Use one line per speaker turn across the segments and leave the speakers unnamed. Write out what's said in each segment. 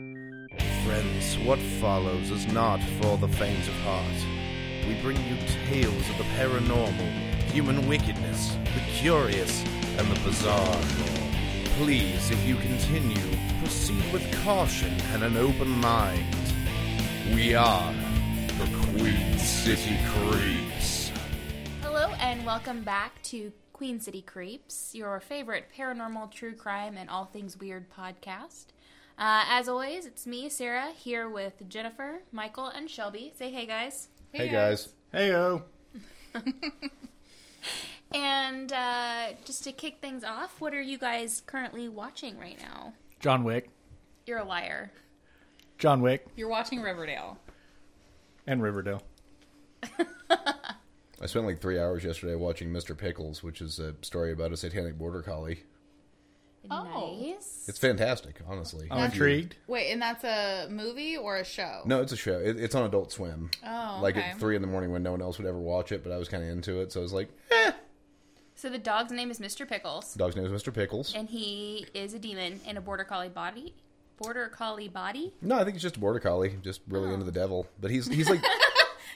Friends, what follows is not for the faint of heart. We bring you tales of the paranormal, human wickedness, the curious, and the bizarre. Please, if you continue, proceed with caution and an open mind. We are the Queen City Creeps.
Hello and welcome back to Queen City Creeps, your favorite paranormal, true crime, and all things weird podcast. Uh, as always, it's me, Sarah, here with Jennifer, Michael, and Shelby. Say hey, guys.
Hey, guys.
Heyo.
And uh, just to kick things off, what are you guys currently watching right now?
John Wick.
You're a liar.
John Wick
You're watching Riverdale.
and Riverdale.
I spent like three hours yesterday watching Mr. Pickles, which is a story about a satanic border collie.
Oh.
Nice.
It's fantastic, honestly.
I'm intrigued.
Wait, and that's a movie or a show?
No, it's a show. It, it's on Adult Swim.
Oh,
Like
okay.
at three in the morning when no one else would ever watch it, but I was kind of into it, so I was like,
So the dog's name is Mr. Pickles,
dog's name is Mr. Pickles.
and he is a demon in a border collie body. Border collie body?
No, I think it's just a border collie, just really into the devil. But he's he's like
Oh.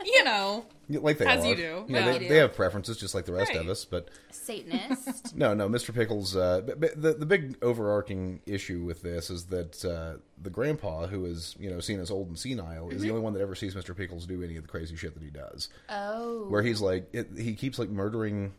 You know,
like they
As
are.
you do.
know,
Yeah.
they,
You do.
they have preferences just like the rest
Right.
of us, but
Satanist.
No, no, Mr. Pickles. Uh, b- b- the the big overarching issue with this is that uh, the grandpa, who is you know seen as old and senile, is the
Mm-hmm.
only one that ever sees Mr. Pickles do any of the crazy shit that he does.
oh.
Where he's like, it, he keeps like murdering,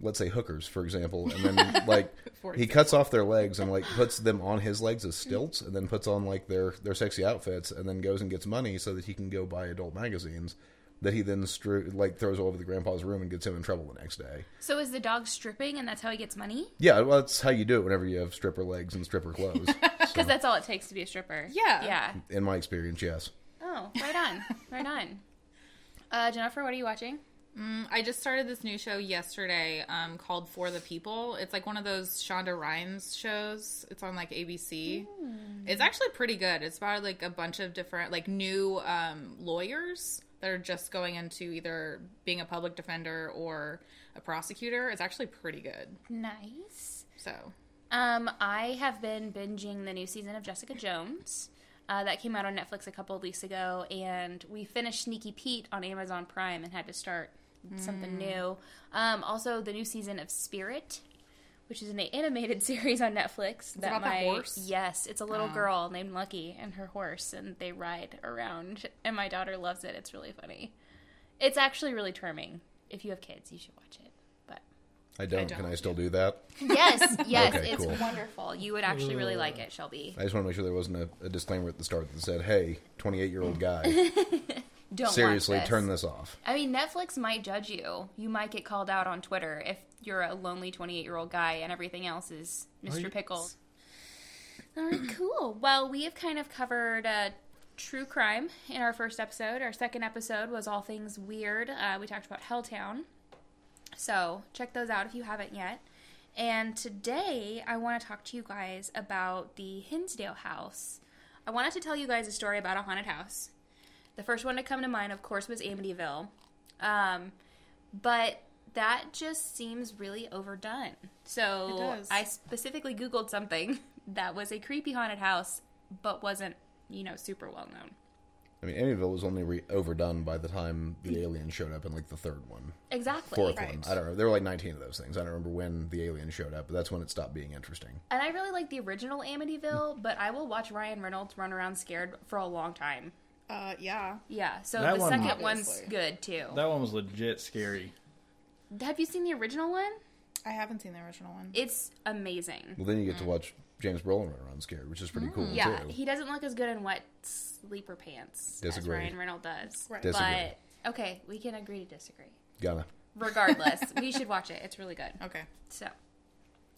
let's say hookers, for example, and then like
For
he cuts off their legs and like puts them on his legs as stilts, and then puts on like their their sexy outfits, and then goes and gets money so that he can go buy adult magazines. That he then strew, like throws all over the grandpa's room and gets him in trouble the next day.
So is the dog stripping, and that's how he gets money?
Yeah, well, that's how you do it whenever you have stripper legs and stripper clothes. So,
Because that's all it takes to be a stripper.
Yeah.
Yeah.
in my experience, yes.
Oh, right on. right on. Uh, Jennifer, what are you watching?
I just started this new show yesterday um, called For the People. It's like one of those Shonda Rhimes shows. It's on like ABC. It's actually pretty good. It's about like a bunch of different like new um, lawyers that are just going into either being a public defender or a prosecutor. It's actually pretty good.
Nice.
So
Um, I have been binging the new season of Jessica Jones. Uh, that came out on Netflix a couple of weeks ago, and we finished Sneaky Pete on Amazon Prime and had to start something
Mm.
new. Um, also, the new season of Spirit, which is an animated series on Netflix. that
about the
my
horse? Oh.
yes, it's a little girl named Lucky and her horse, and they ride around. And my daughter loves it. It's really funny. It's actually really charming. If you have kids, you should watch it. But
I don't.
don't,
Can I still do that?
Yes, yes,
Okay,
it's
cool.
wonderful. You would actually really like it, Shelby.
I just want to make sure there wasn't a, a disclaimer at the start that said, "Hey, 28 year old guy,
Don't
seriously,
watch this.
turn this off."
I mean, Netflix might judge you. You might get called out on Twitter if you're a lonely 28 year old guy and everything else is Mr. Pickles. All right, cool. Well, we have kind of covered uh, true crime in our first episode. Our second episode was all things weird. Uh, we talked about Helltown. So check those out if you haven't yet. And today I want to talk to you guys about the Hinsdale House. I wanted to tell you guys a story about a haunted house. The first one to come to mind, of course, was Amityville. Um, but that just seems really overdone.
It
So
does.
I specifically Googled something that was a creepy haunted house, but wasn't, you know, super well known.
I mean, Amityville was only re- overdone by the time the alien showed up in like the third one,
Exactly.
fourth
Right.
one. I don't know. There were like 19 of those things. I don't remember when the alien showed up, but that's when it stopped being interesting.
And I really like the original Amityville, but I will watch Ryan Reynolds run around scared for a long time.
uh, yeah,
Yeah, so
That
the
one-
second one's
Obviously.
good too.
That one was legit scary.
Have you seen the original one?
I haven't seen the original one.
It's amazing.
Well, then you get to watch James Brolin run around scared, which is pretty cool
Mm. Yeah,
too.
he doesn't look as good in wet sleeper pants
Disagree.
as Ryan Reynolds does.
Right.
Disagree.
But okay, we can agree to disagree.
Gotta.
Regardless, we should watch it. It's really good.
Okay.
So,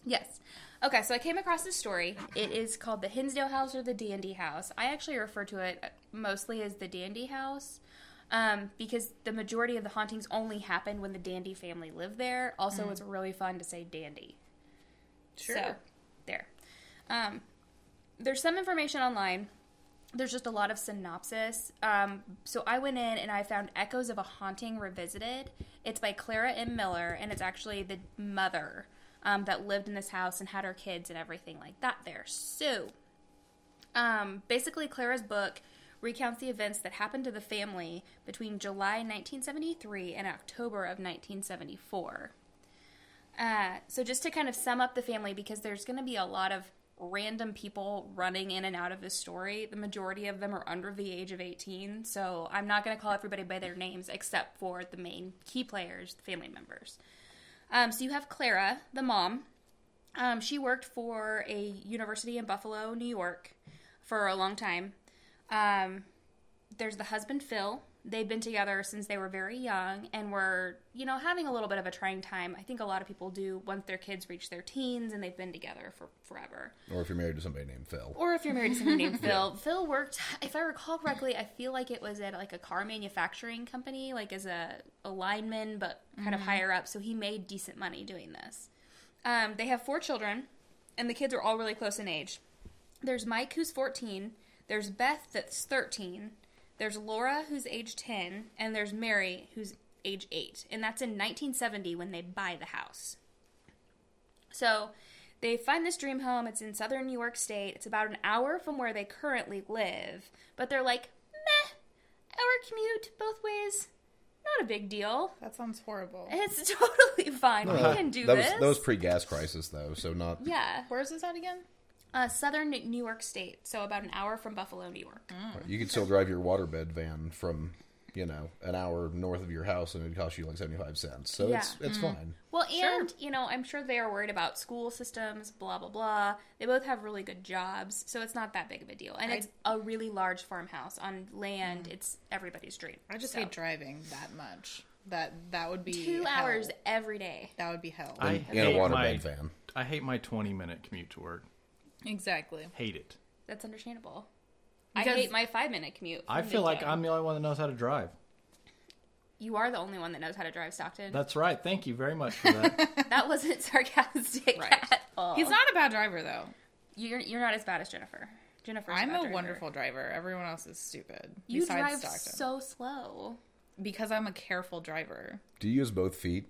yes. Okay, so I came across this story. It is called the Hinsdale House or the Dandy House. I actually refer to it mostly as the Dandy House um, because the majority of the hauntings only happened when the Dandy family lived there. Also, it's really fun to say Dandy.
Sure.
So, there. Um, there's some information online. There's just a lot of synopsis. Um, so I went in and I found Echoes of a Haunting Revisited. It's by Clara M. Miller, and it's actually the mother um, that lived in this house and had her kids and everything like that there. So, um, basically, Clara's book recounts the events that happened to the family between July 1973 and October of 1974. Uh, so, just to kind of sum up the family, because there's going to be a lot of random people running in and out of this story, the majority of them are under the age of 18. So, I'm not going to call everybody by their names except for the main key players, the family members. Um, so, you have Clara, the mom. Um, she worked for a university in Buffalo, New York, for a long time. Um, there's the husband Phil. They've been together since they were very young and were, you know, having a little bit of a trying time. I think a lot of people do once their kids reach their teens and they've been together for forever.
Or if you're married to somebody named Phil.
Or if you're married to someone named Phil. Phil worked, if I recall correctly, I feel like it was at like a car manufacturing company, like as a, a lineman, but kind of higher up. So he made decent money doing this. Um, they have four children, and the kids are all really close in age. There's Mike, who's 14. There's Beth, that's 13. There's Laura, who's age 10. And there's Mary, who's age 8. And that's in 1970 when they buy the house. So they find this dream home. It's in southern New York State. It's about an hour from where they currently live. But they're like, meh, hour commute both ways. Not a big deal.
That sounds horrible.
It's totally fine. we can do
Uh-huh. that
this.
was that was pre-gas crisis though, so not
yeah.
Where is this at again?
Uh, southern New York State, so about an hour from Buffalo, New York.
you could still drive your waterbed van from you know an hour north of your house and it'd cost you like 75 cents so it's it's
Mm.
fine
Well, and you know, I'm sure they are worried about school systems, blah blah blah. They both have really good jobs, so it's not that big of a deal. And it's a really large farmhouse on land.
Mm.
It's everybody's dream.
I just
So,
hate driving that much. That that would be
two
hell.
hours every day.
That would be hell.
I
in a
hate
waterbed
my,
van
I hate my 20 minute commute to work.
exactly.
Hate it.
That's understandable. I
Because-
hate my five minute commute.
I
from
feel like
Midtown.
I'm the only one that knows how to drive.
You are the only one that knows how to drive, Stockton.
That's right. Thank you very much for that.
that wasn't sarcastic
Right.
at all.
He's not a bad driver though.
You're you're not as bad as Jennifer. Jennifer's
I'm
bad
a
driver.
wonderful driver. Everyone else is stupid.
You drive
besides Stockton.
so slow.
because I'm a careful driver.
do you use both feet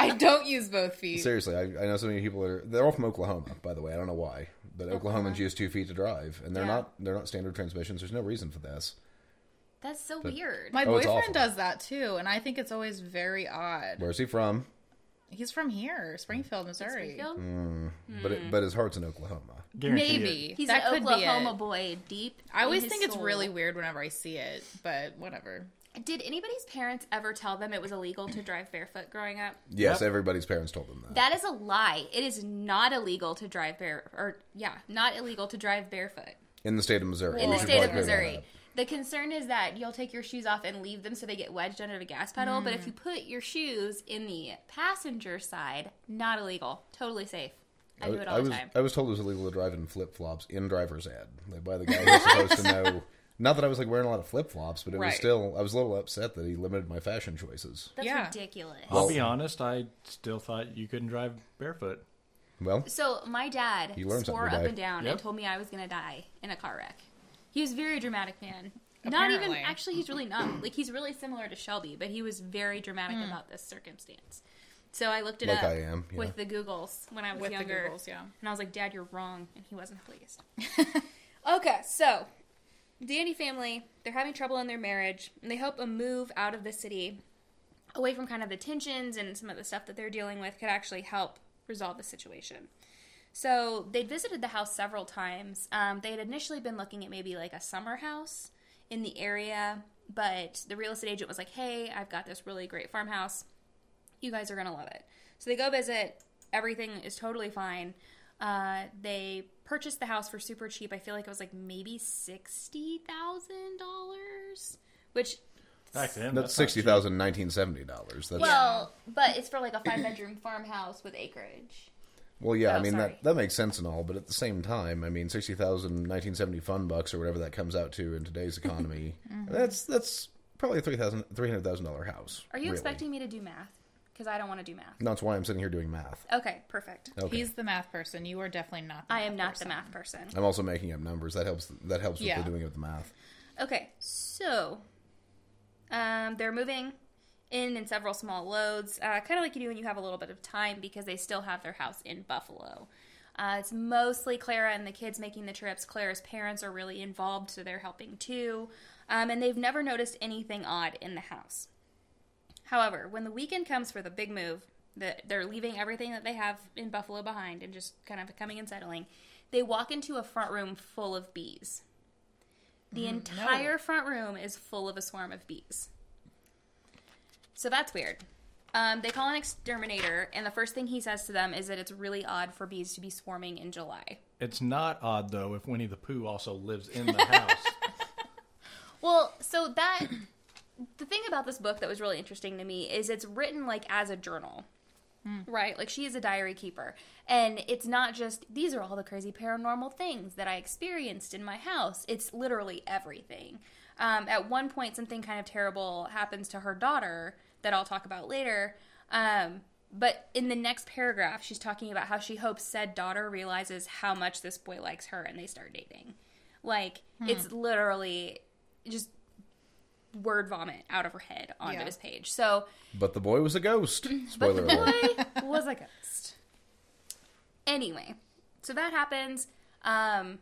I don't use both feet.
seriously I, I know so many people are they're all from oklahoma by the way i don't know why but oklahomans use two feet to drive and they're
Yeah.
not they're not standard transmissions there's no reason for this
That's so weird.
My
Oh, it's awful.
boyfriend does that too, and I think it's always very odd.
where's he from
He's from here, Springfield, Missouri.
Springfield?
Mm.
but
Hmm.
it, but his heart's in oklahoma
Guarantee it.
Maybe
He's
that
an
could be it.
Oklahoma boy deep.
I
in
always
his
think it's
soul.
really weird whenever I see it, but whatever.
Did anybody's parents ever tell them it was illegal to drive barefoot growing up?
yes
Yep.
everybody's parents told them that
That is a lie. It is not illegal to drive bare or yeah, not illegal to drive barefoot
in the state of missouri
in
We
the
should
state of
probably clear that
Missouri.
up.
The concern is that you'll take your shoes off and leave them so they get wedged under the gas pedal,
Mm.
but if you put your shoes in the passenger side, not illegal. Totally safe. I do it all
I
the
was,
time.
I was told it was illegal to drive in flip flops in driver's ed like, by the guy who was supposed to know. Not that I was like wearing a lot of flip flops, but it was
Right.
still I was a little upset that he limited my fashion choices.
That's
Yeah.
ridiculous.
I'll be honest. I still thought you couldn't drive barefoot.
Well,
So my dad
You learn something
swore up
today.
and down
Yep.
and told me I was going to die in a car wreck. He was a very dramatic man. Not even
Apparently.
actually, he's really not. Like he's really similar to Shelby, but he was very dramatic
Mm.
about this circumstance. So I looked it
Like
up
I am, yeah.
with the Googles when I was
With the
younger,
Googles, yeah.
and I was like, "Dad, you're wrong," and he wasn't pleased. okay, so the Andy family they're having trouble in their marriage, and they hope a move out of the city, away from kind of the tensions and some of the stuff that they're dealing with, could actually help resolve the situation. So they visited the house several times. Um, they had initially been looking at maybe like a summer house in the area, but the real estate agent was like, "Hey, I've got this really great farmhouse. You guys are gonna love it." So they go visit. Everything is totally fine. Uh, they purchased the house for super cheap. I feel like it was like maybe sixty thousand dollars, which
Back then,
that's sixty thousand nineteen seventy dollars. That's well,
well, but it's for like a five bedroom farmhouse with acreage.
yeah. I
oh,
mean
sorry.
that that makes sense and all, but at the same time, I mean sixty thousand nineteen seventy fun bucks or whatever that comes out to in today's economy.
Mm-hmm.
That's that's probably a three thousand three hundred thousand dollar house.
Are you
really.
expecting me to do math? Because I don't want to do math.
That's why I'm sitting here doing math.
Okay, perfect.
Okay.
He's the math person. You are definitely not. The
I
math
am not
person.
the math person.
I'm also making up numbers. That helps. That helps
Yeah.
with the doing of the math.
Okay, so um, they're moving, in in several small loads, uh, kind of like you do when you have a little bit of time, because they still have their house in Buffalo. Uh, it's mostly Clara and the kids making the trips. Clara's parents are really involved, so they're helping too. Um, and they've never noticed anything odd in the house. However, when the weekend comes for the big move, that they're leaving everything that they have in Buffalo behind and just kind of coming and settling, they walk into a front room full of bees. The entire front room is full of a swarm of bees. So that's weird. Um, they call an exterminator, and the first thing he says to them is that it's really odd for bees to be swarming in July.
It's not odd though if Winnie the Pooh also lives in the house.
Well, so that the thing about this book that was really interesting to me is it's written like as a journal. Right? Like she is a diary keeper. And it's not just these are all the crazy paranormal things that I experienced in my house. It's literally everything. Um, at one point, something kind of terrible happens to her daughter that I'll talk about later. Um, but in the next paragraph, she's talking about how she hopes said daughter realizes how much this boy likes her and they start dating. Like, it's literally just word vomit out of her head onto
Yeah.
this page. So
But the boy was a ghost. Spoiler alert.
I was a ghost. Anyway, so that happens. Um,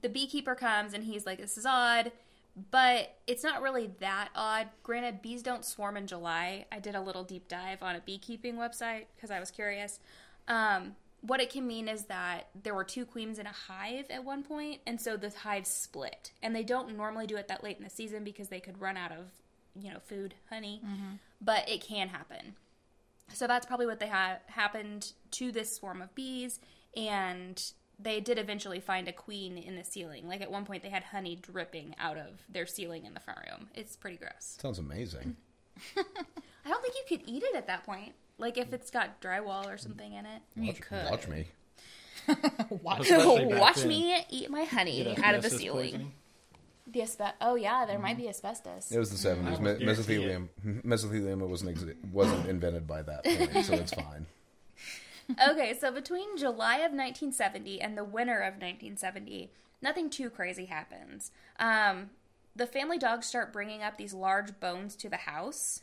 the beekeeper comes and he's like, "This is odd." But it's not really that odd. Granted, bees don't swarm in July. I did a little deep dive on a beekeeping website because I was curious. Um, what it can mean is that there were two queens in a hive at one point, and so the hive split. And they don't normally do it that late in the season because they could run out of, you know, food, honey. But it can happen. So that's probably what they ha- happened to this swarm of bees, and they did eventually find a queen in the ceiling. Like at one point, they had honey dripping out of their ceiling in the front room. It's pretty gross.
Sounds amazing.
I don't think you could eat it at that point. Like if it's got drywall or something in it.
You
Watch,
could.
watch me.
Watch
Especially back
Watch
then.
me eat my honey
You know, Mm-hmm.
out of the
asbestos
ceiling.
poisoning.
The aspe- Oh yeah, there might be asbestos.
It was the seventies. Me-
guarantee
mesothelioma, mesothelioma wasn't ex- wasn't invented by that point, so it's fine.
okay, so between July of 1970 and the winter of 1970, nothing too crazy happens. Um, the family dogs start bringing up these large bones to the house.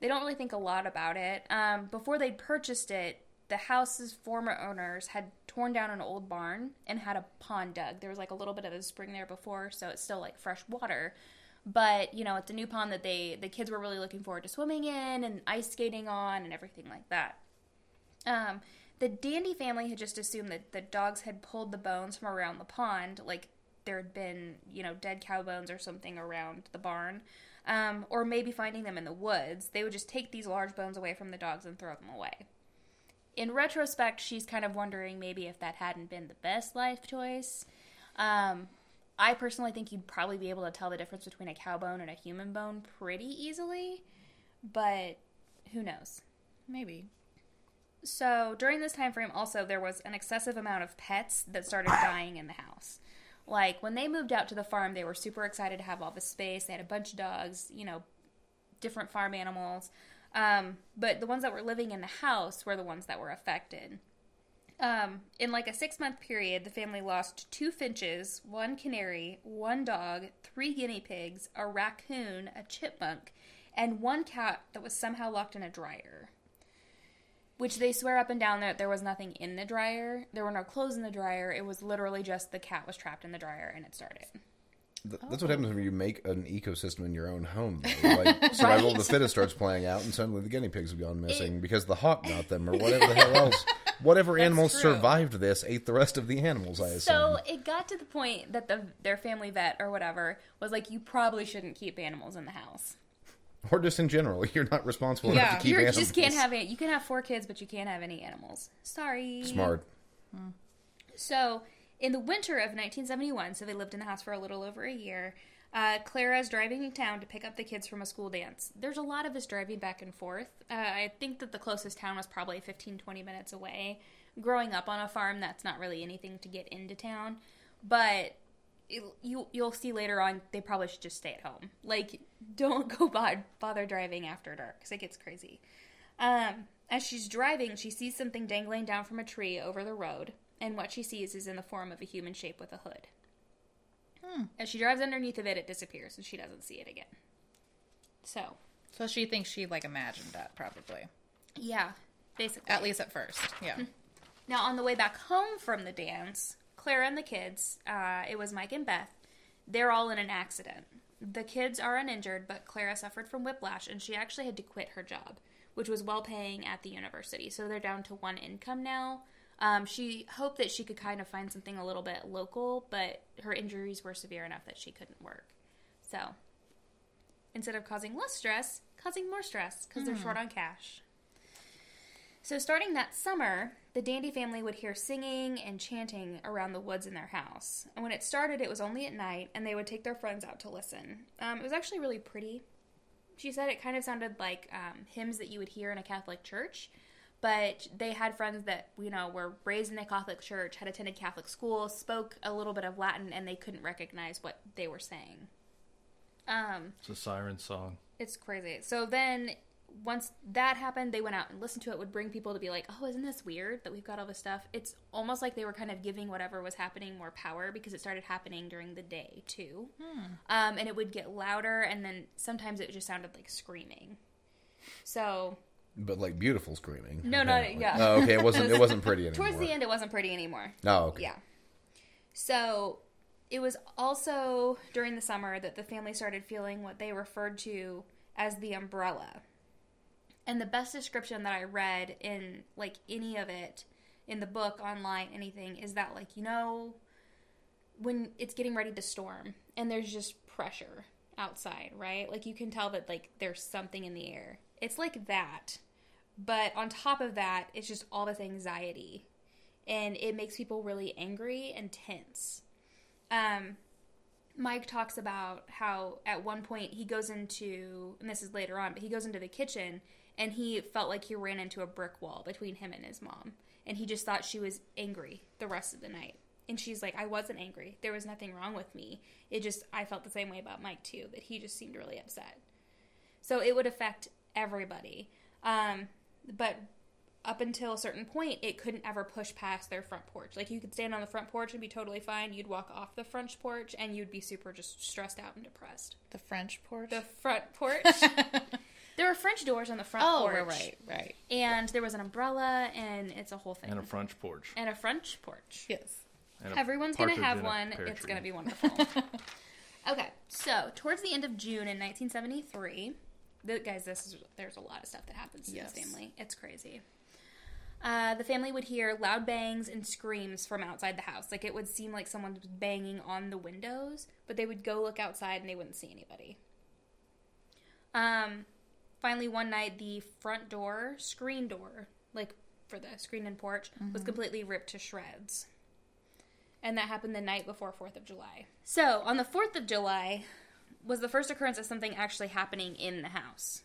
They don't really think a lot about it. Um, before they purchased it, the house's former owners had torn down an old barn and had a pond dug. There was like a little bit of a spring there before, so it's still like fresh water. But you know, it's a new pond that they the kids were really looking forward to swimming in and ice skating on and everything like that. Um, the Dandy family had just assumed that the dogs had pulled the bones from around the pond, like there had been, you know, dead cow bones or something around the barn, um, or maybe finding them in the woods. They would just take these large bones away from the dogs and throw them away. In retrospect, she's kind of wondering maybe if that hadn't been the best life choice. Um, I personally think you'd probably be able to tell the difference between a cow bone and a human bone pretty easily, but who knows?
Maybe.
So during this time frame, also there was an excessive amount of pets that started dying in the house. Like when they moved out to the farm, they were super excited to have all the space. They had a bunch of dogs, you know, different farm animals. Um, but the ones that were living in the house were the ones that were affected. Um, in like a six month period, the family lost two finches, one canary, one dog, three guinea pigs, a raccoon, a chipmunk, and one cat that was somehow locked in a dryer which they swear up and down that there was nothing in the dryer. There were no clothes in the dryer. It was literally just the cat was trapped in the dryer and it started.
Th- That's
Oh.
what happens when you make an ecosystem in your own home. Though. Like survival of the fittest starts playing out, and suddenly the guinea pigs have gone missing because the hawk got them, or whatever the hell else. Whatever animal
true.
survived this ate the rest of the animals. I assume.
So it got to the point that the their family vet or whatever was like, "You probably shouldn't keep animals in the house.
or just in general, you're not responsible enough
Yeah.
to keep
You
animals.
just can't have it. You can have four kids, but you can't have any animals. Sorry."
smart.
So, in the winter of 1971, so they lived in the house for a little over a year, uh, Clara's driving in town to pick up the kids from a school dance. There's a lot of us driving back and forth. Uh, I think that the closest town was probably 15, 20 minutes away. Growing up on a farm, that's not really anything to get into town. But it, you, you'll see later on, they probably should just stay at home. Like, don't go bod- bother driving after dark, because it gets crazy. Um, as she's driving, she sees something dangling down from a tree over the road, and what she sees is in the form of a human shape with a hood. As she drives underneath of it, it disappears, and she doesn't see it again. So
So she thinks she like imagined that probably.
Yeah, basically.
At least at first. Yeah.
Hmm. Now, on the way back home from the dance, Clara and the kids, uh, it was Mike and Beth, they're all in an accident. The kids are uninjured, but Clara suffered from whiplash and she actually had to quit her job, which was well paying at the university. So they're down to one income now. Um, she hoped that she could kind of find something a little bit local, but her injuries were severe enough that she couldn't work. So instead of causing less stress, causing more stress because they're short on cash. So, starting that summer, the Dandy family would hear singing and chanting around the woods in their house. And when it started, it was only at night, and they would take their friends out to listen. Um, it was actually really pretty. She said it kind of sounded like um, hymns that you would hear in a Catholic church, but they had friends that, you know, were raised in a Catholic church, had attended Catholic school, spoke a little bit of Latin, and they couldn't recognize what they were saying. Um,
It's a siren song.
it's crazy. So then once that happened, they went out and listened to it, would bring people to be like, oh, isn't this weird that we've got all this stuff? It's almost like they were kind of giving whatever was happening more power because it started happening during the day too. Um, and it would get louder, and then sometimes it just sounded like screaming. So
But like beautiful screaming.
No, no,
apparently.
yeah.
Oh, okay. It wasn't. It wasn't pretty anymore.
towards the end, it wasn't pretty anymore.
Oh, okay.
Yeah. So it was also during the summer that the family started feeling what they referred to as the umbrella. And the best description that I read in like any of it in the book, online, anything, is that like, you know, when it's getting ready to storm and there's just pressure outside, right? Like you can tell that like there's something in the air. It's like that. But on top of that, it's just all this anxiety and it makes people really angry and tense. Um, Mike talks about how at one point he goes into, and this is later on, but he goes into the kitchen and he felt like he ran into a brick wall between him and his mom. And he just thought she was angry the rest of the night. And she's like, I wasn't angry. There was nothing wrong with me. It just, I felt the same way about Mike too, that he just seemed really upset. So it would affect everybody. Um, but up until a certain point, it couldn't ever push past their front porch. Like you could stand on the front porch and be totally fine. You'd walk off the front porch and you'd be super just stressed out and depressed.
The French porch.
The front porch. there were French doors on the front
oh,
porch.
right, right, right.
And there was an umbrella and it's a whole thing.
And a French porch.
And a French porch.
Yes.
And a
Everyone's going to
partridge
have
in a
one.
pear
It's
tree.
going to be wonderful. okay, so towards the end of June in 1973, the, guys, this is there's a lot of stuff that happens to
Yes.
this family. It's crazy. Uh, the family would hear loud bangs and screams from outside the house. Like it would seem like someone was banging on the windows, but they would go look outside and they wouldn't see anybody. Um, finally, one night, the front door, screen door, like for the screen and porch, was completely ripped to shreds. And that happened the night before 4th of July. So, on the 4th of July was the first occurrence of something actually happening in the house.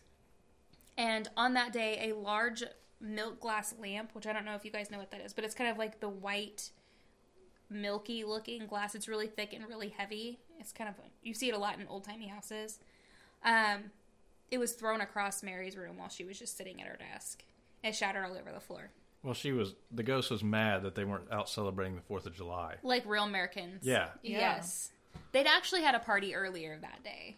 And on that day, a large milk glass lamp, which I don't know if you guys know what that is, but it's kind of like the white, milky looking glass. It's really thick and really heavy. It's kind of, you see it a lot in old timey houses. Um, it was thrown across Mary's room while she was just sitting at her desk. It shattered all over the floor.
Well, she was. The ghost was mad that they weren't out celebrating the Fourth of July.
Like real Americans.
Yeah.
Yeah.
Yes. They'd actually had a party earlier that day.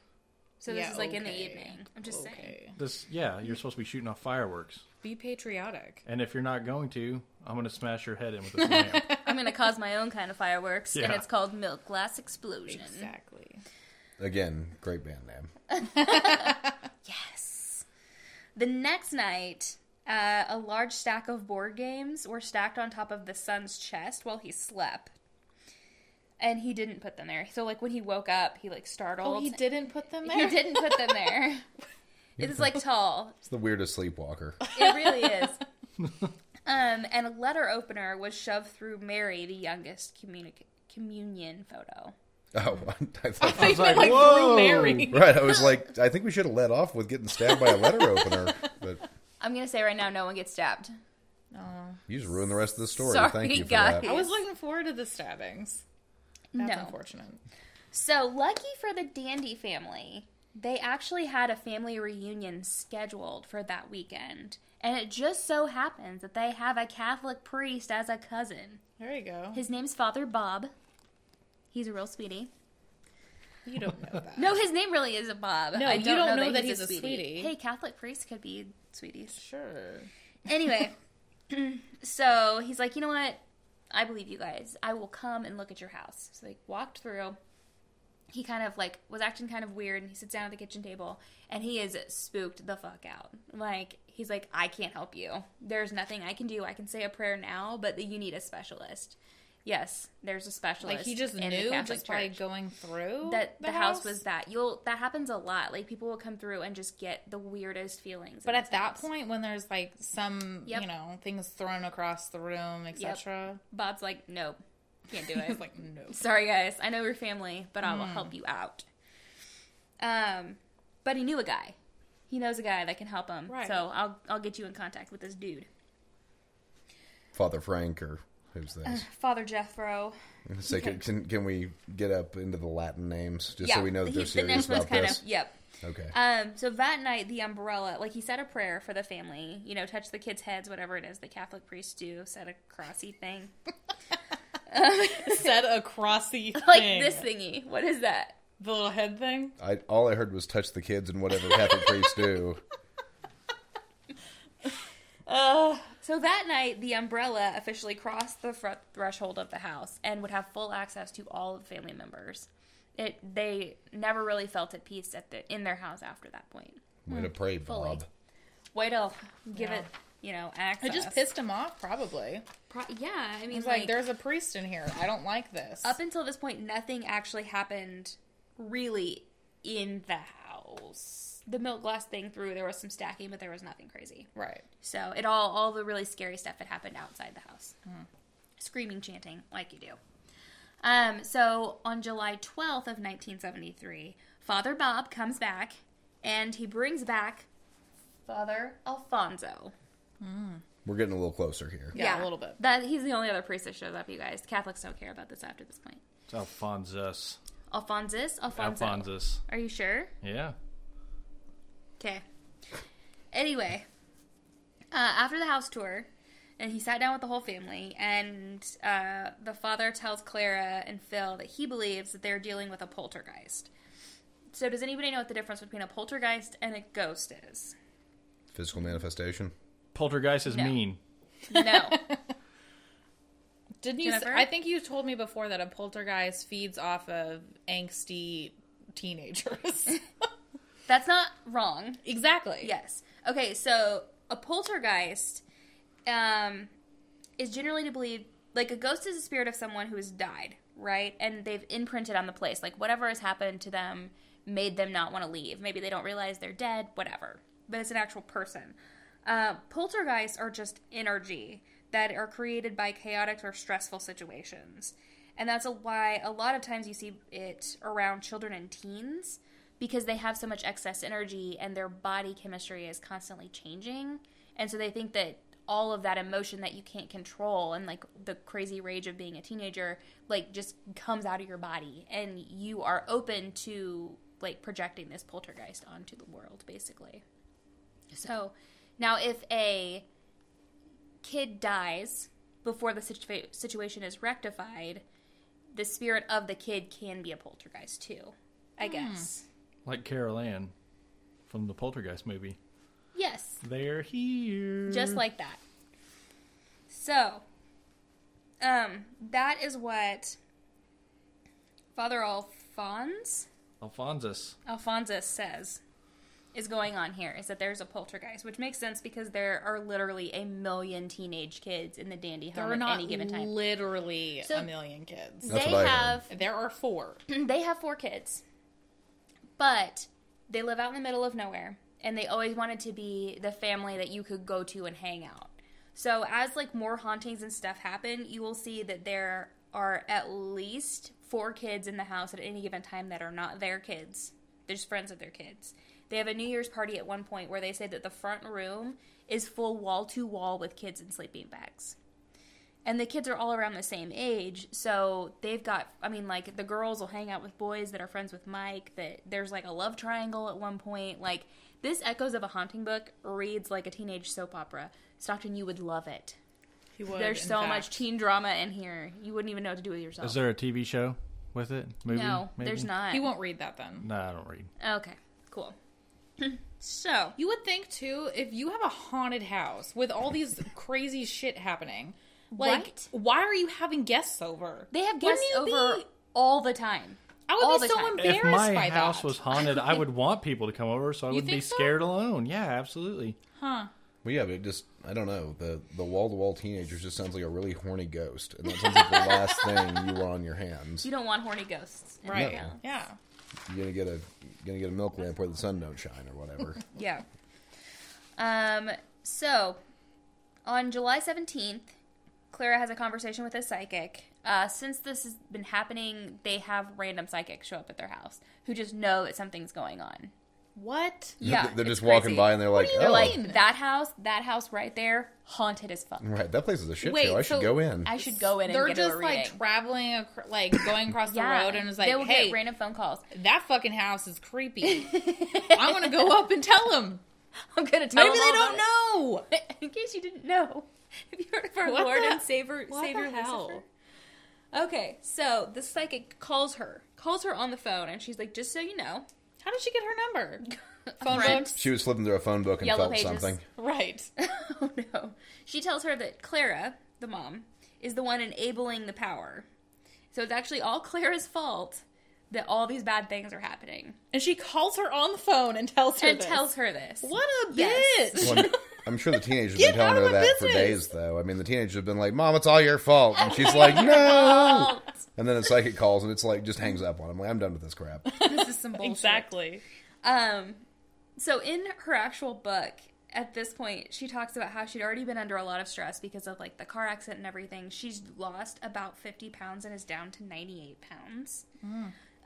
So this
Yeah,
is like in the
okay.
evening. I'm just saying.
This. Yeah, you're supposed to be shooting off fireworks,
Be patriotic.
and if you're not going to, I'm going to smash your head in with this lamp.
I'm going to cause my own kind of fireworks, and
Yeah.
it's called Milk Glass Explosion.
Exactly.
Again, great band name.
The next night, uh, a large stack of board games were stacked on top of the son's chest while he slept. And he didn't put them there. So, like, when he woke up, he, like, startled.
Oh, he didn't put them
He
there.
didn't put them there. it is, like, tall.
It's the weirdest sleepwalker.
It really is. um, and a letter opener was shoved through Mary, the youngest communic- communion photo.
Oh, I thought.
I was like,
Like, through
whoa.
Mary.
Right, I was like, I think we should have let off with getting stabbed by a letter opener, but
I'm gonna say right now, no one gets stabbed.
you just ruined the rest of the story.
Sorry,
Thank you for
guys.
that.
I was looking forward to the stabbings. That's
no.
unfortunate.
So lucky for the Dandy family, they actually had a family reunion scheduled for that weekend, and it just so happens that they have a Catholic priest as a cousin.
There you go.
His name's Father Bob. He's a real sweetie.
You don't know that.
No, his name really is a Bob.
No,
I
you
don't
don't know that he's a sweetie.
Hey, Catholic priests could be sweeties.
Sure.
Anyway, so he's like, you know what? I believe you guys. I will come and look at your house. So they walked through. He kind of like was acting kind of weird, and he sits down at the kitchen table, and he is spooked the fuck out. Like he's like, I can't help you. There's nothing I can do. I can say a prayer now, but you need a specialist. Yes, there's a specialist.
Like he just
in the
knew
Catholic
just by
Church
going through
that the, house? was that you'll that happens a lot like people will come through and just get the weirdest feelings
But
in
at
this
that
house.
point, when there's like some,
Yep.
you know, things thrown across the room, etc.,
bob's like nope can't do
I was
it
like, no.
sorry guys i know we're family but i will help you out um but he knew a guy he knows a guy that can help him
Right.
so i'll i'll get you in contact with this dude
Father Frank or who's
Uh,
this?
father jethro
Say, can, can can we get up into the Latin names just so we know that
he-
they're serious about this?
of yep
Okay.
Um, so that night, the umbrella, like he said a prayer for the family, you know, touch the kids' heads, whatever it is the Catholic priests do, said a crossy thing.
Said across the
Like this thingy. What is that?
the little head thing.
I all I heard was touch the kids and whatever Catholic priests do.
So that night, the umbrella officially crossed the front threshold of the house and would have full access to all of the family members. It they never really felt at peace at the in their house after that point.
Way to pray,
Hmm. fully.
Bob.
Way to give it, you know, access.
It just pissed him off, probably.
Pro- yeah, I mean,
He's
like,
like, there's a priest in here. I don't like this.
up until this point, nothing actually happened really in the house. The milk glass thing through. There was some stacking, but there was nothing crazy.
right.
So it all all the really scary stuff had happened outside the house.
Mm-hmm.
Screaming, chanting, like you do. Um, so on July 12th of 1973, Father Bob comes back and he brings back Father Alfonso.
We're getting a little closer here.
Yeah, a little bit.
That he's the only other priest that shows up, you guys. Catholics don't care about this after this point.
It's Alphonsus.
Alphonsus, Alfonso.
Alphonsus.
Are you sure?
Yeah.
Okay. Anyway, uh, after the house tour, and he sat down with the whole family, and uh, the father tells Clara and Phil that he believes that they're dealing with a poltergeist. So, does anybody know what the difference between a poltergeist and a ghost is?
Physical manifestation.
Poltergeist is
No.
mean.
No.
Didn't you? s-
Jennifer?
I think you told me before that a poltergeist feeds off of angsty teenagers.
That's not wrong.
exactly.
Yes. Okay, so a poltergeist um, is generally to believe like a ghost is a spirit of someone who has died, right? And they've imprinted on the place. Like whatever has happened to them made them not want to leave. Maybe they don't realize they're dead, whatever. But it's an actual person. Uh, poltergeists are just energy that are created by chaotic or stressful situations. And that's a, why a lot of times you see it around children and teens because they have so much excess energy and their body chemistry is constantly changing. And so they think that all of that emotion that you can't control and like the crazy rage of being a teenager like just comes out of your body and you are open to like projecting this poltergeist onto the world basically. So now if a kid dies before the situa- situation is rectified, the spirit of the kid can be a poltergeist too, I guess.
Like Carol Ann from the Poltergeist movie.
Yes,
They're here.
Mm.
just like that. So, um, that is what Father Alphonse
Alphonsus.
Alphonsus says is going on here is that there's a poltergeist, which makes sense because there are literally a million teenage kids in the dandy home
There are
at
not
any given time.
literally
So-
a million kids.
That's
they
what I heard.
have
There are four.
they have four kids, but they live out in the middle of nowhere, and they always wanted to be the family that you could go to and hang out. So as like more hauntings and stuff happen, you will see that there are at least four kids in the house at any given time that are not their kids. They're just friends of their kids. They have a New Year's party at one point where they say that the front room is full wall to wall with kids in sleeping bags and the kids are all around the same age so they've got i mean like the girls will hang out with boys that are friends with mike that there's like a love triangle at one point like this echoes of a haunting book reads like a teenage soap opera stockton you would love it
He would,
there's
in
so much
fact.
teen drama in here you wouldn't even know what to do with yourself
Is there a TV show? with it? Movie?
no,
maybe?
there's not.
He won't read that then.
No, I don't read.
Okay, cool. so
You would think too if you have a haunted house with all these crazy shit happening. Like,
Right?
why are you having guests over?
they have
Wouldn't
guests
you
over
be-
all the time.
I would
all
be
the
so
time.
embarrassed
if my
by
house
that.
was haunted, I would want people to come over so I
You
would be
think so?
scared alone. Yeah, absolutely.
huh?
Well, yeah, but it just I don't know the the wall to wall teenager just sounds like a really horny ghost, and that sounds like the last thing you want on your hands.
You don't want horny ghosts, in your
Right?
house.
Yeah.
You're gonna get a you're gonna get a milk lamp where the sun don't shine or whatever.
Yeah.
Um, so on July 17th, Clara has a conversation with a psychic. Uh, since this has been happening, they have random psychics show up at their house who just know that something's going on.
What?
Yeah,
they're just
it's
walking
crazy.
by and they're like,
do you
oh,
Like that house, that house right there, haunted as fuck.
right, that place is a shit
Wait,
show. I should
so
go in.
I should go in and
They're
get
just
a reading.
like traveling, acro- like going across the
yeah,
road, and it's like,
they will
hey,
get random phone calls.
that fucking house is creepy. I want to go up and tell them.
I'm gonna tell
Maybe they
them all
don't
about
know.
it. In case you didn't know, have you heard of our
What
Lord
the-
and Savior,
what
Savior
the hell?
Lucifer? Okay, so the psychic calls her, calls her on the phone, and she's like, "Just so you know,
How did she get her number?
a
Phone
friend-
books?
she was flipping through a phone book and
Yellow
felt
Pages.
something.
Right.
oh no. She tells her that Clara, the mom, is the one enabling the power. So it's actually all Clara's fault that all these bad things are happening.
And she calls her on the phone and tells her
And
this.
tells her this.
What a
Yes.
bitch.
Well, I'm, I'm sure the teenagers have
Get
been
out
telling
of
her
my
that for
business.
days, though. I mean, the teenagers have been like, "Mom, it's all your fault," and she's like, "No." And then a psychic calls, and it's like just hangs up on him. Like, I'm done with this crap.
This is some bullshit.
Exactly.
Um, so in her actual book, at this point, she talks about how she'd already been under a lot of stress because of like the car accident and everything. She's lost about 50 pounds and is down to 98 pounds.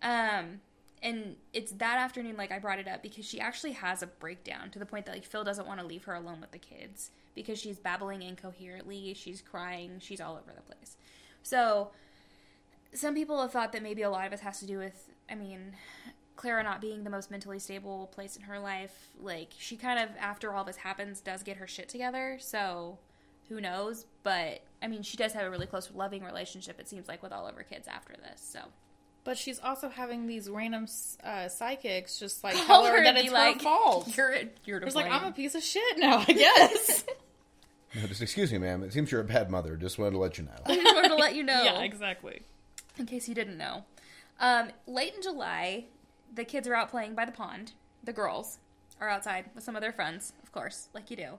Um, and it's that afternoon, like I brought it up because she actually has a breakdown to the point that like Phil doesn't want to leave her alone with the kids because she's babbling incoherently, she's crying, she's all over the place. So some people have thought that maybe a lot of it has to do with, I mean, Clara not being the most mentally stable place in her life. Like, she kind of, after all this happens, does get her shit together. So, who knows? But, I mean, she does have a really close, loving relationship, it seems like, with all of her kids after this. So,
But she's also having these random uh, psychics just like
Call
tell her,
her
that
and be
it's
like,
her fault.
you're, you're to
It's
blame.
like I'm a piece of shit now. I guess.
just excuse me, ma'am. It seems you're a bad mother. Just wanted to let you know.
just wanted to let you know.
Yeah, exactly.
in case you didn't know. Um, late in July, the kids are out playing by the pond. The girls are outside with some of their friends, of course, like you do.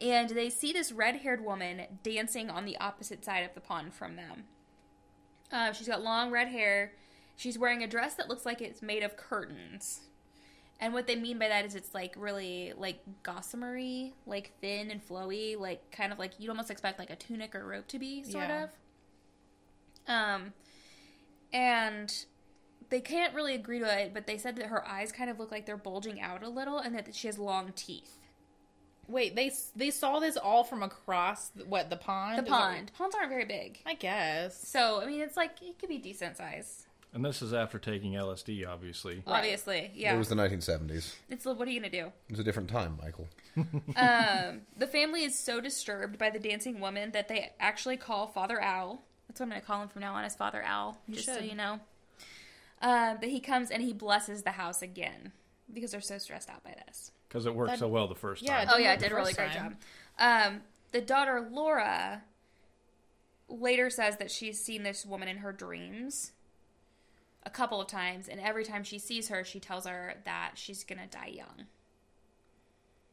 And they see this red haired woman dancing on the opposite side of the pond from them. Uh, she's got long red hair. She's wearing a dress that looks like it's made of curtains. And what they mean by that is it's like really like gossamery, like thin and flowy, like kind of like you'd almost expect like a tunic or rope to be, sort
Yeah.
of. Um, and they can't really agree to it, but they said that her eyes kind of look like they're bulging out a little, and that she has long teeth.
Wait, they they saw this all from across th- what the pond?
The
Is that-
pond ponds aren't very big,
I guess.
so I mean it's like it could be decent size,
And this is after taking LSD, obviously.
obviously. Yeah,
It was the 1970s.
it's what are you gonna do?
It was a different time, Michael.
Um, the family is so disturbed by the dancing woman that they actually call Father Owl. That's what I'm going to call him from now on, is Father Owl, just so
should.
you know. Um, but he comes and he blesses the house again because they're so stressed out by this.
Because it worked
That-
so well the first
yeah,
time.
Oh yeah, it
the
did a really great
first
job.
time.
Um, the daughter Laura later says that she's seen this woman in her dreams a couple of times, and every time she sees her, she tells her that she's gonna die young.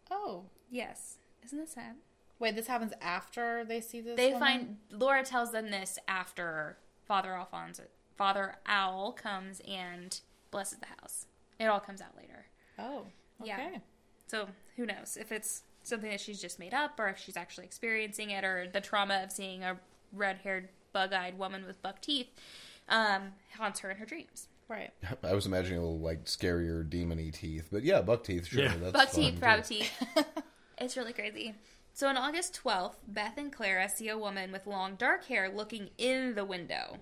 Oh
Yes, isn't that sad?
wait, this happens after they see this.
They
woman?
find Laura tells them this after Father Alphonse, Father Owl comes and blesses the house. It all comes out later.
Oh, okay.
Yeah. So who knows if it's something that she's just made up or if she's actually experiencing it or the trauma of seeing a red haired, bug eyed woman with buck teeth um, haunts her in her dreams.
Right.
I was imagining a little like scarier demony teeth, but yeah, buck teeth. Sure,
Yeah.
that's
Buck
fine,
teeth,
too.
rabbit teeth. it's really crazy. So on August 12th, Beth and Clara see a woman with long dark hair looking in the window.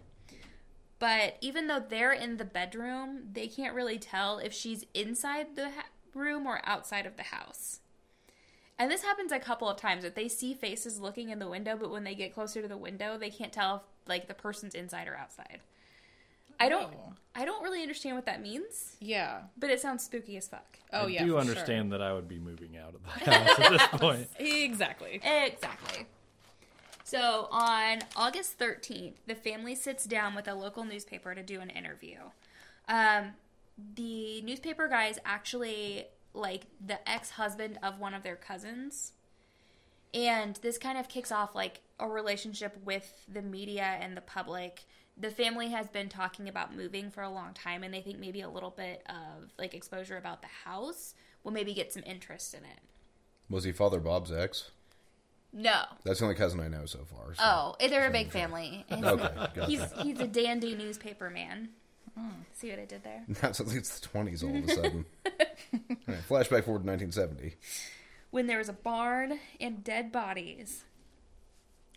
But even though they're in the bedroom, they can't really tell if she's inside the ha- room or outside of the house. And this happens a couple of times that they see faces looking in the window, but when they get closer to the window, they can't tell if like the person's inside or outside. I don't. I don't really understand what that means,
Yeah.
but it sounds spooky as fuck.
Oh
I
yeah.
do
for
understand that I would be moving out of the house at this point.
Sure. Exactly.
Exactly. So on August 13th, the family sits down with a local newspaper to do an interview. Um, the newspaper guy is actually like the ex husband of one of their cousins. And this kind of kicks off like a relationship with the media and the public. The family has been talking about moving for a long time, and they think maybe a little bit of like exposure about the house will maybe get some interest in it.
Was he Father Bob's ex?
No.
That's the only cousin I know so far. so-
Oh, they're a big family. And
Okay, gotcha.
He's he's a dandy newspaper man. Mm, See what I did there?
Now it sounds like it's the 20s all of a sudden. All right, flashback forward to 1970.
When there was a barn and dead bodies.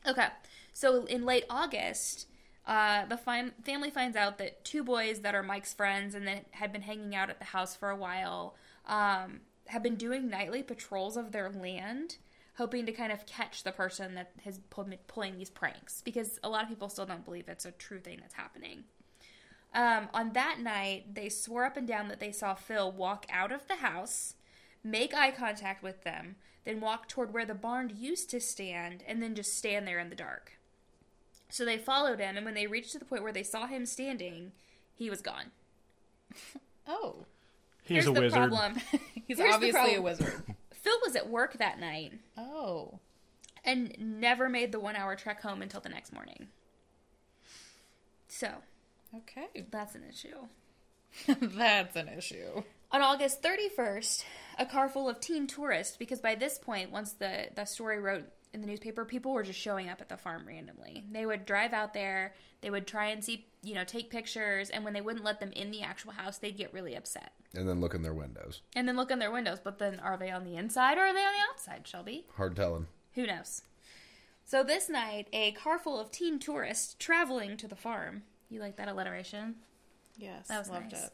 Okay, so in late August, uh, the fam- family finds out that two boys that are Mike's friends and that had been hanging out at the house for a while um, have been doing nightly patrols of their land, hoping to kind of catch the person that has pulled, pulling these pranks because a lot of people still don't believe it's a true thing that's happening. Um, on that night, they swore up and down that they saw Phil walk out of the house, make eye contact with them, then walk toward where the barn used to stand, and then just stand there in the dark. So they followed him, and when they reached to the point where they saw him standing, he was gone.
Oh.
He's a
the
wizard.
problem.
He's
Here's the
obviously a
problem.
wizard.
Phil was at work that night
Oh.
and never made the one hour trek home until the next morning. So
Okay.
that's an issue.
That's an issue.
On August 31st, a car full of teen tourists, because by this point, once the, the story wrote in the newspaper, people were just showing up at the farm randomly. They would drive out there, they would try and see, you know, take pictures, and when they wouldn't let them in the actual house, they'd get really upset.
And then look in their windows.
And then look in their windows, but then are they on the inside or are they on the outside, Shelby?
Hard telling.
Who knows? So this night, a car full of teen tourists traveling to the farm. You like that alliteration?
Yes.
That was
loved
nice.
it.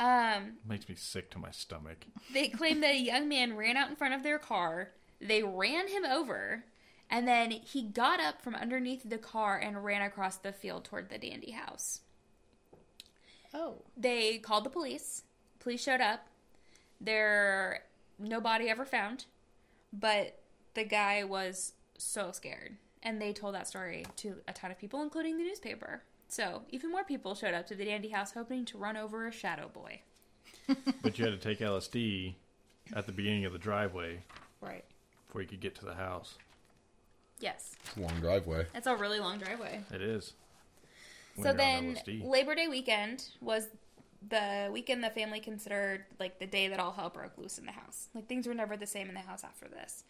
Um,
Makes me sick to my stomach.
They claim that a young man ran out in front of their car. They ran him over, and then he got up from underneath the car and ran across the field toward the dandy house.
Oh.
They called the police. Police showed up. There, no body ever found, but the guy was so scared, and they told that story to a ton of people, including the newspaper. So even more people showed up to the dandy house, hoping to run over a shadow boy.
But you had to take LSD at the beginning of the driveway
Right.
before you could get to the house.
Yes,
It's a long driveway.
that's a really long driveway.
It is. When
So
you're on
then,
LSD.
Labor Day weekend was the weekend the family considered like the day that all hell broke loose in the house. Like things were never the same in the house after this.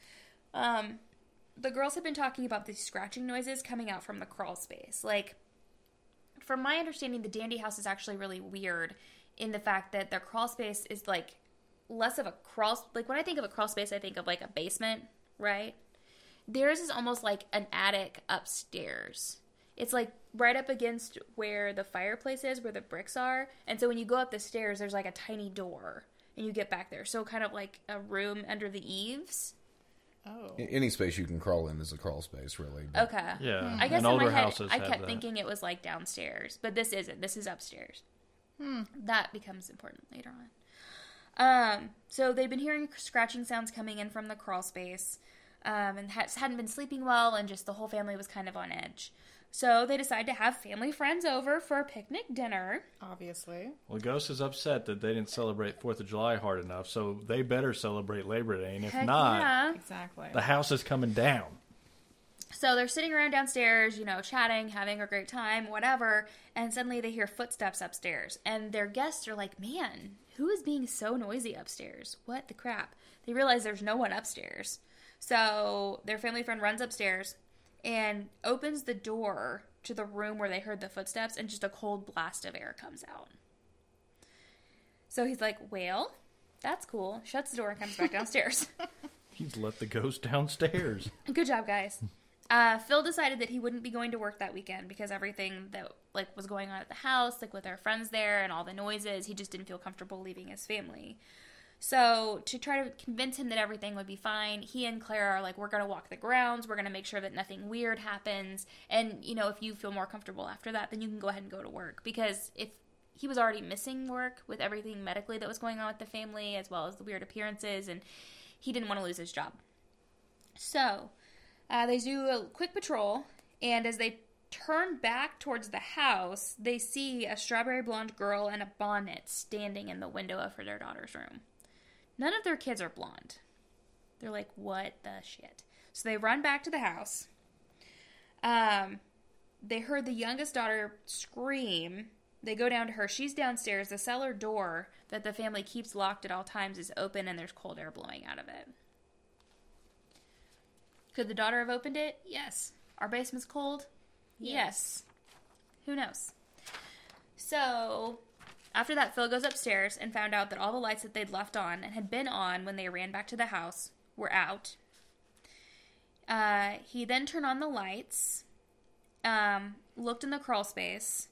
Um, the girls had been talking about these scratching noises coming out from the crawl space. Like, from my understanding, the dandy house is actually really weird in the fact that their crawl space is like less of a crawl. Like when I think of a crawl space, I think of like a basement, right? Theirs is almost like an attic upstairs. It's like right up against where the fireplace is, where the bricks are. And so when you go up the stairs, there's like a tiny door and you get back there. So kind of like a room under the eaves.
Oh.
A- Any space you can crawl in is a crawl space, really. but
Okay.
yeah,
Hmm. I guess
and
in
older
my head,
houses
I
have
kept
that.
thinking it was like downstairs, but this isn't. This is upstairs. That becomes important later on. Um, so they'd been hearing scratching sounds coming in from the crawl space, um, and ha- hadn't been sleeping well, and just the whole family was kind of on edge. So they decide to have family friends over for a picnic dinner.
Obviously.
Well, Ghost is upset that they didn't celebrate Fourth of July hard enough, so they better celebrate Labor Day. And if
Heck
not,
yeah.
Exactly.
the house is coming down.
So they're sitting around downstairs, you know, chatting, having a great time, whatever, and suddenly they hear footsteps upstairs. And their guests are like, man, who is being so noisy upstairs? What the crap? They realize there's no one upstairs. So their family friend runs upstairs and opens the door to the room where they heard the footsteps, and just a cold blast of air comes out. So he's like, well, that's cool. Shuts the door and comes back downstairs.
He's let the ghost downstairs.
Good job, guys. Uh, Phil decided that he wouldn't be going to work that weekend because everything that like was going on at the house, like with our friends there and all the noises, he just didn't feel comfortable leaving his family. So to try to convince him that everything would be fine, he and Claire are like, "We're gonna walk the grounds. We're gonna make sure that nothing weird happens. And you know, if you feel more comfortable after that, then you can go ahead and go to work. Because if he was already missing work with everything medically that was going on with the family, as well as the weird appearances, and he didn't want to lose his job. So uh, they do a quick patrol, and as they turn back towards the house, they see a strawberry blonde girl in a bonnet standing in the window of her, their daughter's room. None of their kids are blonde. They're like, what the shit? So they run back to the house. Um, they heard the youngest daughter scream. They go down to her. She's downstairs. The cellar door that the family keeps locked at all times is open, and there's cold air blowing out of it. Could the daughter have opened it? Yes. Our basement's cold? Yes. Who knows? So, after that, Phil goes upstairs and found out that all the lights that they'd left on and had been on when they ran back to the house were out. Uh, he then turned on the lights, um, looked in the crawl space,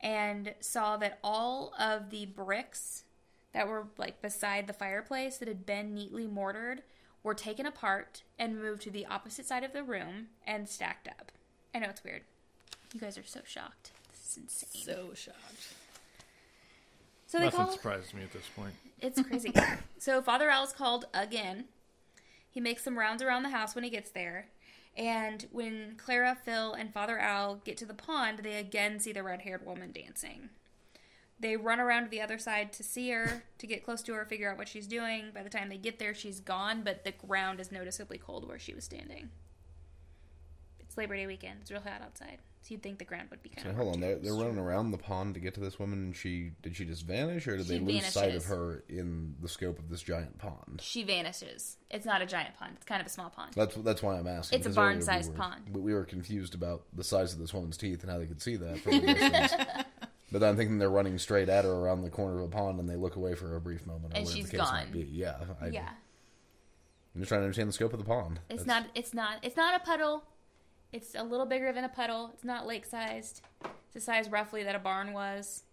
and saw that all of the bricks that were like beside the fireplace that had been neatly mortared were taken apart and moved to the opposite side of the room and stacked up. I know it's weird. You guys are so shocked. This is insane.
So shocked.
So they
Nothing
call
surprises me at this point.
it's crazy. so Father Al's called again. He makes some rounds around the house when he gets there. And when Clara, Phil, and Father Al get to the pond, they again see the red haired woman dancing. They run around to the other side to see her, to get close to her, figure out what she's doing. By the time they get there, she's gone, but the ground is noticeably cold where she was standing. It's Labor Day weekend. It's real hot outside. So you'd think the ground would be kind
So
of.
hold on, they're, they're running around the pond to get to this woman, and she did she just vanish, or did they
She
lose sight of
vanishes.
her in the scope of this giant pond?
She vanishes. It's not a giant pond, it's kind of a small pond.
That's that's why I'm asking.
It's a
'cause earlier
barn-sized
we were-
pond.
But we were confused about the size of this woman's teeth and how they could see that. From the distance. but I'm thinking they're running straight at her around the corner of a pond, and they look away for a brief moment, or
And
whatever
she's
the case
gone.
might be. Yeah, I,
yeah.
I'm just trying to understand the scope of the pond.
It's
That's-
not. It's not. It's not a puddle. It's a little bigger than a puddle. It's not lake sized. It's the size roughly that a barn was,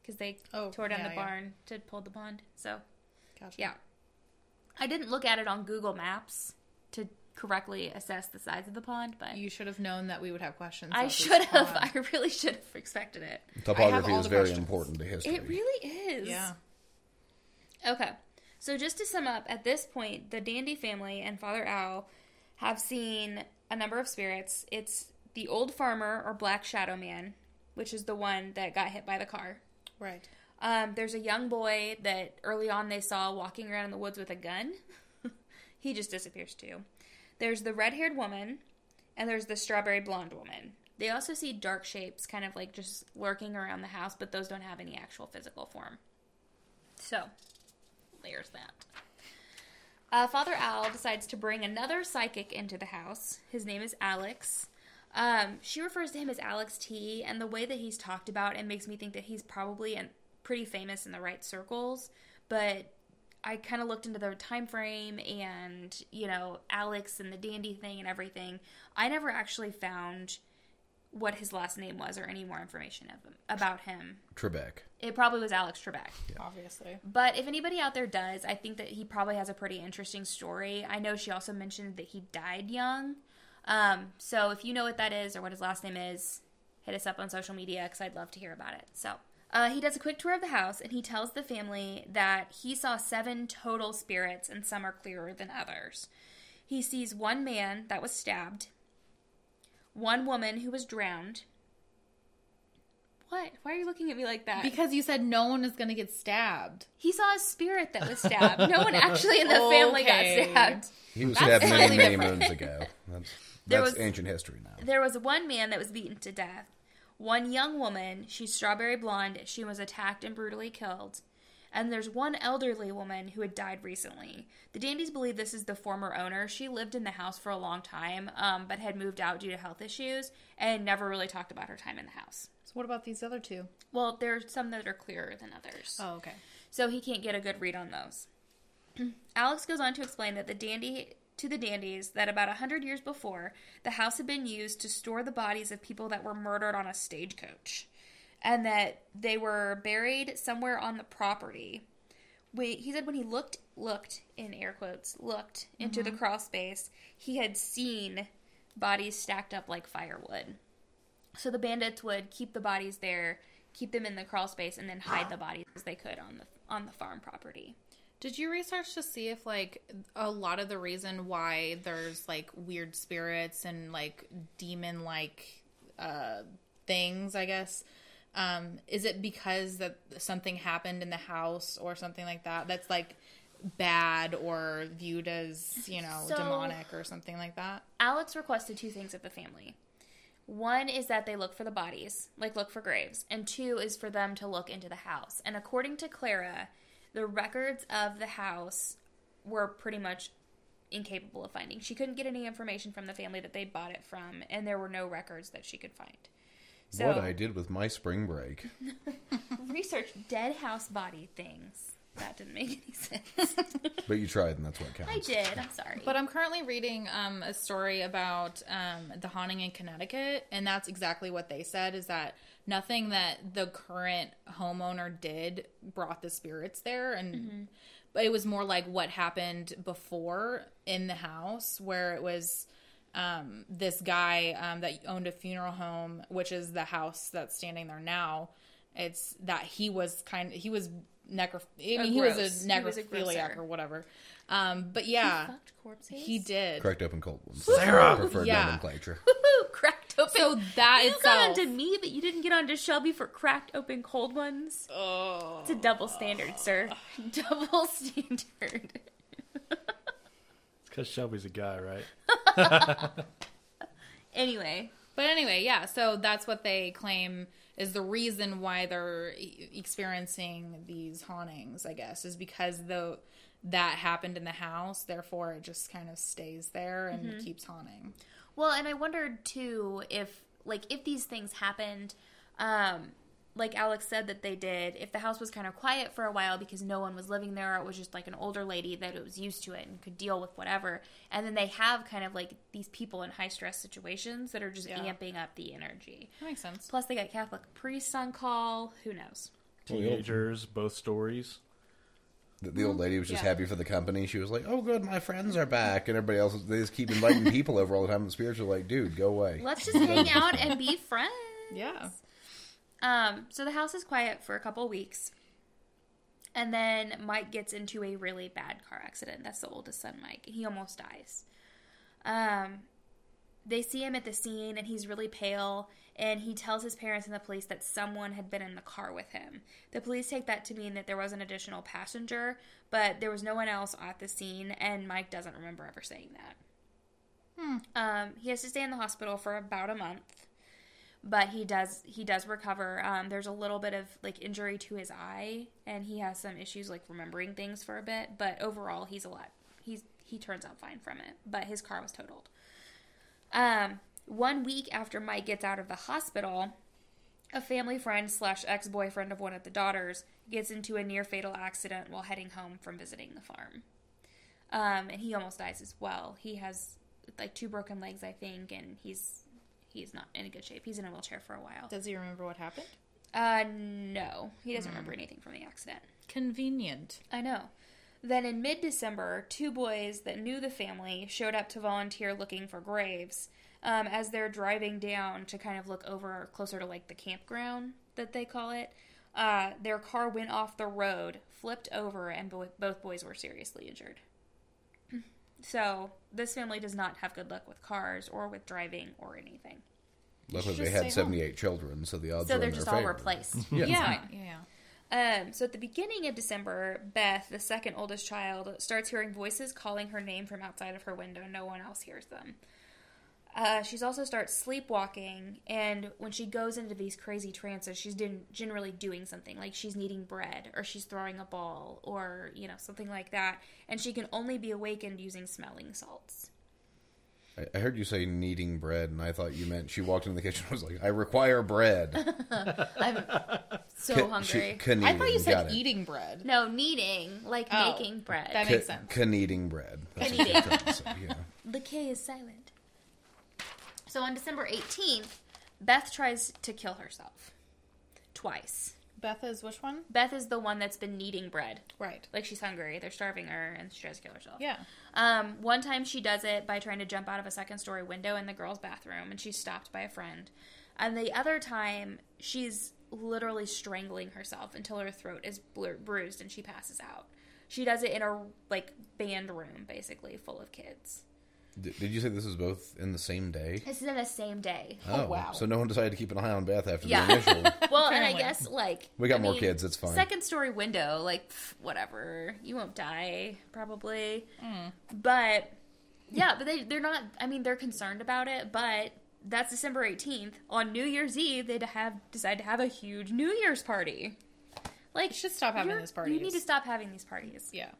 because they
Oh,
tore down
yeah,
the
yeah.
barn to pull the pond. So
Gotcha.
yeah, I didn't look at it on Google Maps to correctly assess the size of the pond, but
You should have known that we would have questions.
I
about this
should have.
pond.
I really should have expected it.
Topography
all
is
the
very
questions.
important to history.
It really is.
Yeah.
Okay. So just to sum up, at this point, the Dandy family and Father Owl have seen a number of spirits. It's the old farmer or black shadow man, which is the one that got hit by the car.
Right.
Um, there's a young boy that early on they saw walking around in the woods with a gun. he just disappears too. There's the red haired woman, and there's the strawberry blonde woman. They also see dark shapes kind of like just lurking around the house, but those don't have any actual physical form. So, there's that. Uh, Father Al decides to bring another psychic into the house. His name is Alex. Um, she refers to him as Alex T, and the way that he's talked about it makes me think that he's probably an, pretty famous in the right circles. But I kind of looked into the time frame and you know Alex and the dandy thing and everything. I never actually found what his last name was or any more information of him, about him.
Trebek.
It probably was Alex Trebek.
Obviously.
But if anybody out there does, I think that he probably has a pretty interesting story. I know she also mentioned that he died young. Um, so if you know what that is or what his last name is, hit us up on social media because I'd love to hear about it. So uh, he does a quick tour of the house and he tells the family that he saw seven total spirits and some are clearer than others. He sees one man that was stabbed, one woman who was drowned. What? Why are you looking at me like that?
Because you said no one is going to get stabbed.
He saw a spirit that was stabbed. No one actually in the family got
Okay.
stabbed.
He was stabbed many,
slightly
many
different.
moons ago. That's,
There
that's
was-
ancient history now.
There was one man that was beaten to death. One young woman, she's strawberry blonde, she was attacked and brutally killed. And there's one elderly woman who had died recently. The Dandies believe this is the former owner. She lived in the house for a long time, um, but had moved out due to health issues and never really talked about her time in the house.
So what about these other two?
Well, there's some that are clearer than others.
Oh, okay.
so he can't get a good read on those. Alex goes on to explain that the dandy to the dandies that about a hundred years before the house had been used to store the bodies of people that were murdered on a stagecoach, and that they were buried somewhere on the property. wait, he said when he looked, looked in air quotes, looked into the crawl space, he had seen bodies stacked up like firewood. So the bandits would keep the bodies there, keep them in the crawl space, and then hide the bodies as they could on the on the farm property.
Did you research to see if like a lot of the reason why there's like weird spirits and like demon like uh things, I guess, um is it because that something happened in the house or something like that that's like bad or viewed as, you know,
So-
demonic or something like that?
Alex requested two things of the family. One is that they look for the bodies, like look for graves, and two is for them to look into the house. And according to Clara, the records of the house were pretty much incapable of finding. She couldn't get any information from the family that they bought it from, and there were no records that she could find. So
What I did with my spring break.
research dead house body things. That didn't make any sense.
But you tried, and that's what
I
counts.
did. I'm sorry.
But uh, I'm currently reading um, a story about um, the haunting in Connecticut, and that's exactly what they said: is that nothing that the current homeowner did brought the spirits there, and
Mm-hmm.
but it was more like what happened before in the house, where it was um, this guy um, that owned a funeral home, which is the house that's standing there now. It's that he was kind he was necro. I mean, he was
gross.
a
He was a
necrophiliac
grosser.
or whatever. Um, but yeah,
Fucked corpses.
he did.
Correct open cold ones.
Sarah!
Preferred
Yeah.
nomenclature.
Woo, cracked open.
So that
you got
itself.
onto me, but you didn't get onto Shelby for cracked open cold ones.
Oh.
It's a double standard, sir. Double standard.
It's because Shelby's a guy, right?
Anyway,
But anyway, yeah. So that's what they claim is the reason why they're e- experiencing these hauntings. I guess is because the that happened in the house. Therefore, it just kind of stays there and keeps haunting.
well, and I wondered too if like if these things happened, um, like Alex said that they did. If the house was kind of quiet for a while because no one was living there, or it was just like an older lady that was used to it and could deal with whatever. And then they have kind of like these people in high stress situations that are just
Yeah.
amping up the energy.
That makes sense.
Plus, they got Catholic priests on call. Who knows?
Well, the old-
Teenagers, both stories.
The, the old lady was just
yeah.
happy for the company. She was like, "Oh, good, my friends are back," and everybody else they just keep inviting people over all the time. And the spirits are like, "Dude, go away."
Let's just hang out and be friends.
Yeah.
Um, so the house is quiet for a couple weeks. And then Mike gets into a really bad car accident. That's the oldest son, Mike. He almost dies. Um, they see him at the scene, and he's really pale. And he tells his parents and the police that someone had been in the car with him. The police take that to mean that there was an additional passenger, but there was no one else at the scene, and Mike doesn't remember ever saying that. Um, he has to stay in the hospital for about a month but he does he does recover um, there's a little bit of like injury to his eye and he has some issues like remembering things for a bit but overall he's a lot he's he turns out fine from it but his car was totaled um, one week after mike gets out of the hospital a family friend slash ex-boyfriend of one of the daughters gets into a near fatal accident while heading home from visiting the farm um, and he almost dies as well he has like two broken legs i think and he's he's not in a good shape he's in a wheelchair for a while
Does he remember what happened?
uh, no. He doesn't remember anything from the accident.
Convenient.
Hmm. I know. Then in mid December, two boys that knew the family showed up to volunteer looking for graves um, as they're driving down to kind of look over closer to like the campground that they call it. Uh, their car went off the road, flipped over, and bo- both boys were seriously injured. So, this family does not have good luck with cars or with driving or anything.
should
Luckily, they
just stay
had
home.
seventy-eight children, so the odds
So,
are
they're
in
just
their
all
favor.
replaced.
Yeah.
Yeah. Yeah.
Um, so at the beginning of December, Beth, the second oldest child, starts hearing voices calling her name from outside of her window. No one else hears them. Uh, she's also starts sleepwalking, and when she goes into these crazy trances, she's din- generally doing something like she's needing bread, or she's throwing a ball, or you know something like that. And she can only be awakened using smelling salts.
I, I heard you say kneading bread, and I thought you meant she walked into the kitchen and was like, "I require bread."
So
Ca- she-
hungry.
ca-kneading,
I thought you
got
said
it.
eating bread.
no, kneading like
Oh.
making bread.
That makes sense.
Kneading bread. That's what they're trying to say, yeah.
The K is silent. So on December 18th, Beth tries to kill herself. Twice.
Beth is which one?
Beth is the one that's been needing bread.
Right.
Like she's hungry, they're starving her, and she tries to kill herself.
Yeah.
Um, one time she does it by trying to jump out of a second story window in the girls' bathroom, and she's stopped by a friend. And the other time, she's literally strangling herself until her throat is blur- bruised and she passes out. She does it in a like band room, basically full of kids.
Did, did you say this is both in the same day?
This is in the same day.
Oh,
wow.
So no one decided to keep an eye on Beth after
Yeah.
the initial.
Well, and I
Apparently.
guess like
We got
I
more kids, it's fine.
Second story window, like pff, whatever. You won't die probably,
Mm.
but yeah, but they they're not. I mean, they're concerned about it, but that's December eighteenth on New Year's Eve. They would have decide to have a huge New Year's party. Like,
should stop having
you're-
those
You need
parties.
to stop having these parties.
Yeah.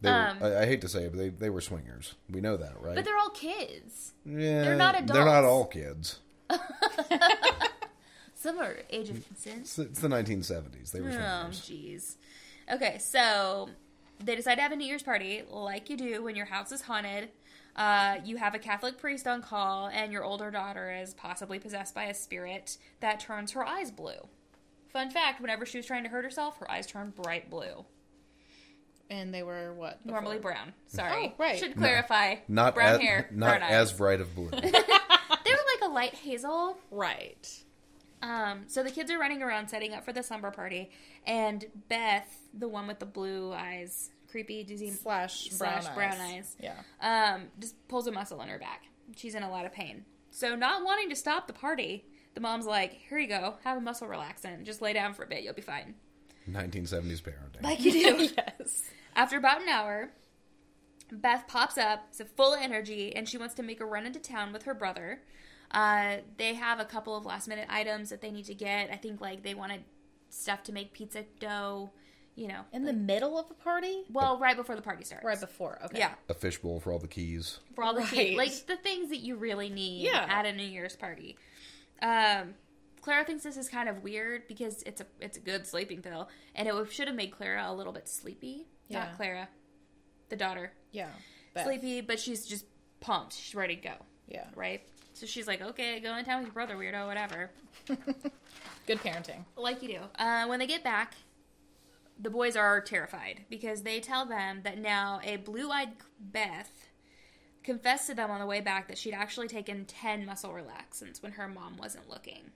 They were,
Um,
I, I hate to say it, but they, they were swingers. We know that, right?
But they're all kids.
yeah,
they're not
They're not
adults.
all kids.
Some are age of consent.
It's, it's the 1970s. They were
Oh,
swingers.
jeez. Okay, so they decide to have a New Year's party, like you do when your house is haunted. Uh, you have a Catholic priest on call, and your older daughter is possibly possessed by a spirit that turns her eyes blue. Fun fact: Whenever she was trying to hurt herself, her eyes turned bright blue.
And they were what? before?
Normally brown.
Oh,
Sorry,
right.
Should clarify.
Not
brown
as,
hair,
not
brown eyes.
as bright of blue.
They were like a light hazel.
Right.
Um, so the kids are running around setting up for the slumber party, and Beth, the one with the blue eyes, creepy, dizzy,
Slash brown
Slash
eyes.
brown eyes.
Yeah.
um, just pulls a muscle in her back. She's in a lot of pain. So, not wanting to stop the party, the mom's like, Here you go, have a muscle relaxant. Just lay down for a bit, you'll be fine.
1970s parenting.
Like you do.
yes.
After about an hour, Beth pops up, is full of energy, and she wants to make a run into town with her brother. Uh, they have a couple of last minute items that they need to get. I think, like, they wanted stuff to make pizza dough, you know.
In the middle of a party?
Well, right before the party starts.
Right before. Okay.
Yeah.
a fishbowl for all the keys.
for all the
Right.
food, like the things that you really need
Yeah.
at a New Year's party. Um, Clara thinks this is kind of weird because it's a it's a good sleeping pill, and it should have made Clara a little bit sleepy.
Yeah.
Not Clara, the daughter,
Yeah. Beth.
sleepy, but she's just pumped. She's ready to go,
Yeah.
right? So she's like, "Okay, go in town with your brother, weirdo, whatever."
Good parenting.
Like you do. Uh, when they get back, the boys are terrified because they tell them that now a blue eyed Beth confessed to them on the way back that she'd actually taken 10 muscle relaxants when her mom wasn't looking.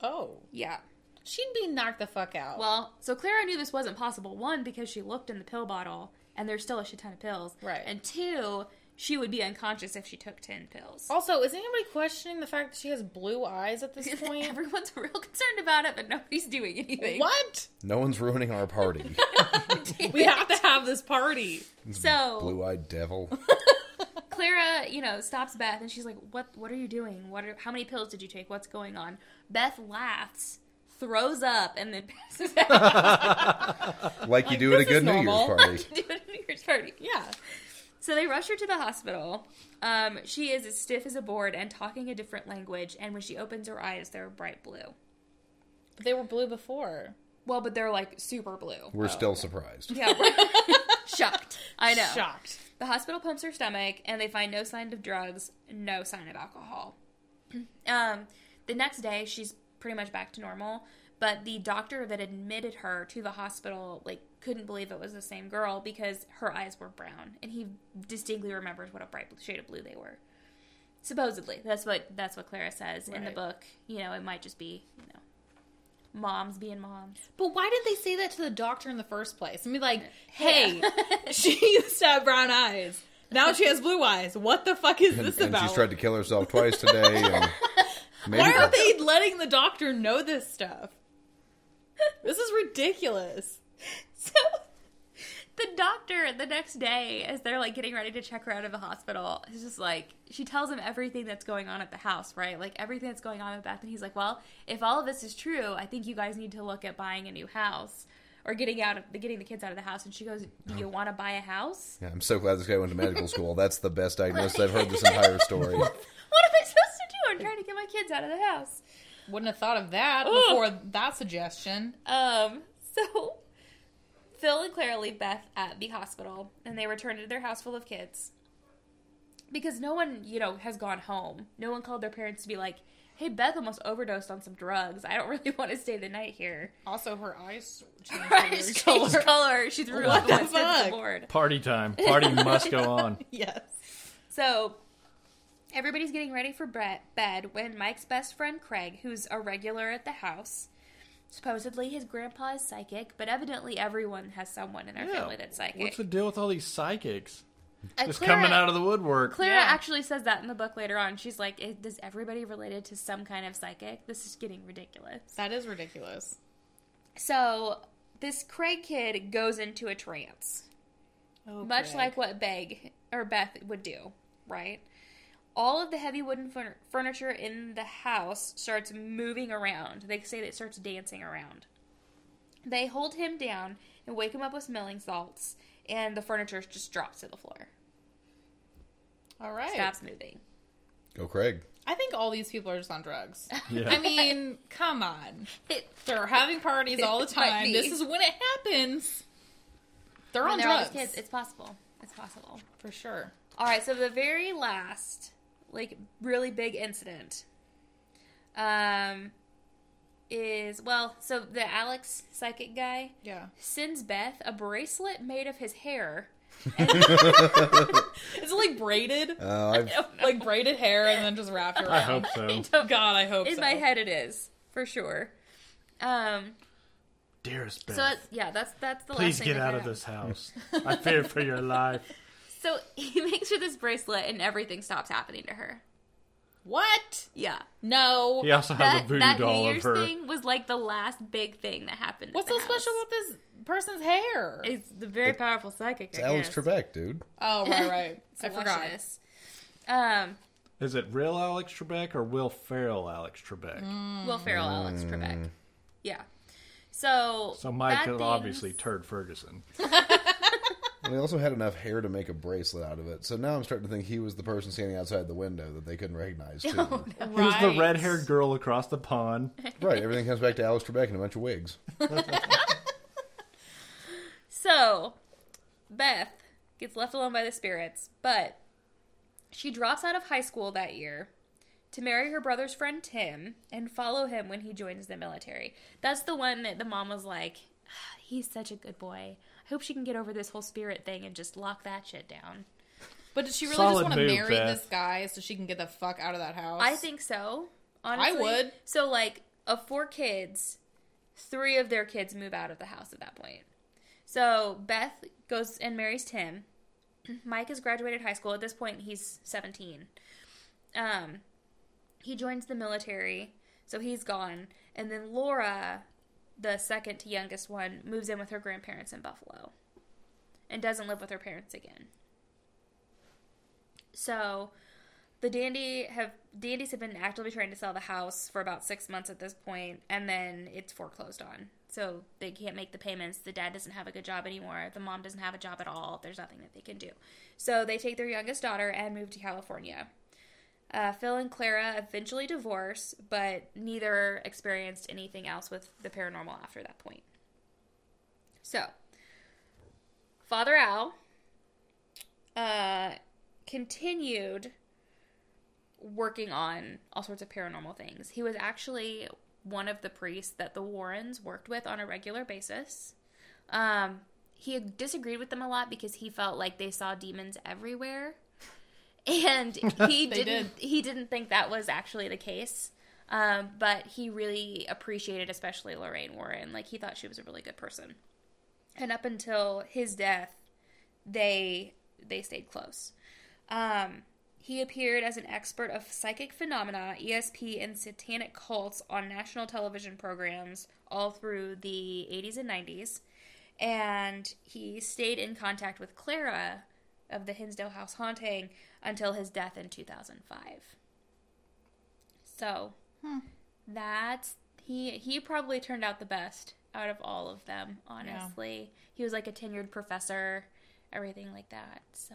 Oh.
Yeah.
She'd be knocked the fuck out.
Well, so Clara knew this wasn't possible. One, because she looked in the pill bottle and there's still a shit ton of pills.
Right.
And two, she would be unconscious if she took 10 pills.
also, is anybody questioning the fact that she has blue eyes at this point?
Everyone's real concerned about it, but nobody's doing anything.
What?
No one's ruining our party.
We have to have this party.
So
Blue-eyed devil.
Clara, you know, stops Beth and she's like, "What? What are you doing? What? Are, how many pills did you take? What's going on?" Beth laughs, throws up, and then passes out.
Like you do at a
this is
good New Year's
normal.
party.
to a New Year's party.
Yeah.
So they rush her to the hospital. Um, she is as stiff as a board and talking a different language. And when she opens her eyes, they're bright blue.
They were blue before.
Well, but they're like super blue.
We're still surprised.
Yeah, shocked. I know.
Shocked.
The hospital pumps her stomach, and they find no sign of drugs, no sign of alcohol. um, the next day, she's pretty much back to normal, but the doctor that admitted her to the hospital like couldn't believe it was the same girl because her eyes were brown, and he distinctly remembers what a bright blue- shade of blue they were. Supposedly, that's what that's what Clara says in the
Right.
book. You know, it might just be you know, moms being moms.
But why did they say that to the doctor in the first place? I mean, like, hey, she used to have brown eyes. Now she has blue eyes. What the fuck is
And,
this
and
about?
she's tried to kill herself twice today. And maybe
Why aren't they letting the doctor know this stuff? This is ridiculous.
So the doctor the next day, as they're like getting ready to check her out of the hospital, is just like she tells him everything that's going on at the house, right? Like everything that's going on with Beth, and he's like, "Well, if all of this is true, I think you guys need to look at buying a new house or getting out of getting the kids out of the house." And she goes, "Do you want to buy a house?"
Yeah, I'm so glad this guy went to medical school. That's the best diagnosis I've heard this entire story.
What am I supposed to do? I'm trying to get my kids out of the house.
Wouldn't have thought of that
Ugh.
before that suggestion.
Um, so Phil and Claire leave Beth at the hospital and they return to their house full of kids. Because no one, you know, has gone home. No one called their parents to be like, hey, Beth almost overdosed on some drugs. I don't really want to stay the night here.
Also, her eyes changed
Right, change
color.
color. She threw
What
up
the
once against the
fuck?
board.
Party time. Party must go on.
Yes.
So everybody's getting ready for bre- bed when Mike's best friend Craig, who's a regular at the house, supposedly his grandpa is psychic, but evidently everyone has someone in their family that's psychic.
What's the deal with all these psychics?
Uh,
Just
Clara-
coming out of the woodwork.
Clara
Yeah.
actually says that in the book later on. She's like, "Is- "Does everybody related to some kind of psychic? This is getting ridiculous."
That is ridiculous.
So this Craig kid goes into a trance. Oh, much like what Beg or Beth would do, right? All of the heavy wooden furn- furniture in the house starts moving around. They say that it starts dancing around. They hold him down and wake him up with smelling salts, and the furniture just drops to the floor,
All right.
stops moving.
Go, Craig.
I think all these people are just on drugs.
Yeah.
I mean, come on. They're having parties all the
It might
time.
be.
This is when it happens. They're
When
on
they're all
drugs
just kids, it's possible. It's possible.
for sure.
All right, so the very last, like, really big incident, um, is well, so the Alex psychic guy
Yeah.
sends Beth a bracelet made of his hair.
Is it like braided?
Uh, I've,
like braided hair and then just wrapped around.
I hope so.
Oh,
God, I hope
In
so.
my head, it is for sure. Um,
Dearest Beth,
so that's, yeah, that's that's the last
please
thing.
get
they
out
found
of this house. I fear for your life.
So he makes her this bracelet, and everything stops happening to her.
What?
Yeah,
No.
He also has a
that
voodoo
that New
doll of
Year's
her.
thing was like the last big thing that happened. at
What's
the
so
house.
special about this person's hair?
It's the very powerful psychic.
it's Alex Trebek, dude.
oh, right, right. I
I
forgot.
Um,
Is it real Alex Trebek or Will Ferrell Alex Trebek?
Will Ferrell, Alex
Hmm.
Trebek. Yeah. So
So Mike
bad
is
things-
obviously Turd Ferguson.
And he also had enough hair to make a bracelet out of it. So now I'm starting to think he was the person standing outside the window that they couldn't recognize. Too.
Oh,
He was the red-haired girl across the pond.
Right. Everything comes back to Alex Trebek and a bunch of wigs.
So, Beth gets left alone by the spirits, but she drops out of high school that year to marry her brother's friend Tim and follow him when he joins the military. That's the one that the mom was like, "Ah, he's such a good boy. I hope she can get over this whole spirit thing and just lock that shit down.
But did she really
Solid
just want to
move,
marry
Beth.
this guy so she can get the fuck out of that house?
I think so. Honestly,
would.
So, like, of four kids, three of their kids move out of the house at that point. So Beth goes and marries Tim. Mike has graduated high school. At this point, he's 17. Um, he joins the military, so he's gone. And then Laura, the second to youngest one, moves in with her grandparents in Buffalo and doesn't live with her parents again. So the dandy have dandies have been actively trying to sell the house for about six months at this point, and then it's foreclosed on. So they can't make the payments. The dad doesn't have a good job anymore. The mom doesn't have a job at all. There's nothing that they can do. So they take their youngest daughter and move to California. Uh, Phil and Clara eventually divorce, but neither experienced anything else with the paranormal after that point. So, Father Al uh, continued working on all sorts of paranormal things. He was actually one of the priests that the Warrens worked with on a regular basis. Um, he disagreed with them a lot because he felt like they saw demons everywhere, and he
They
didn't.
did.
He didn't think that was actually the case. Um, but he really appreciated, especially Lorraine Warren. Like he thought she was a really good person, and up until his death, they they stayed close. Um, he appeared as an expert of psychic phenomena, ESP, and satanic cults on national television programs all through the 80s and 90s. And he stayed in contact with Clara of the Hinsdale House haunting until his death in 2005. So that's he he probably turned out the best out of all of them, honestly. He was like a tenured professor, everything like that. So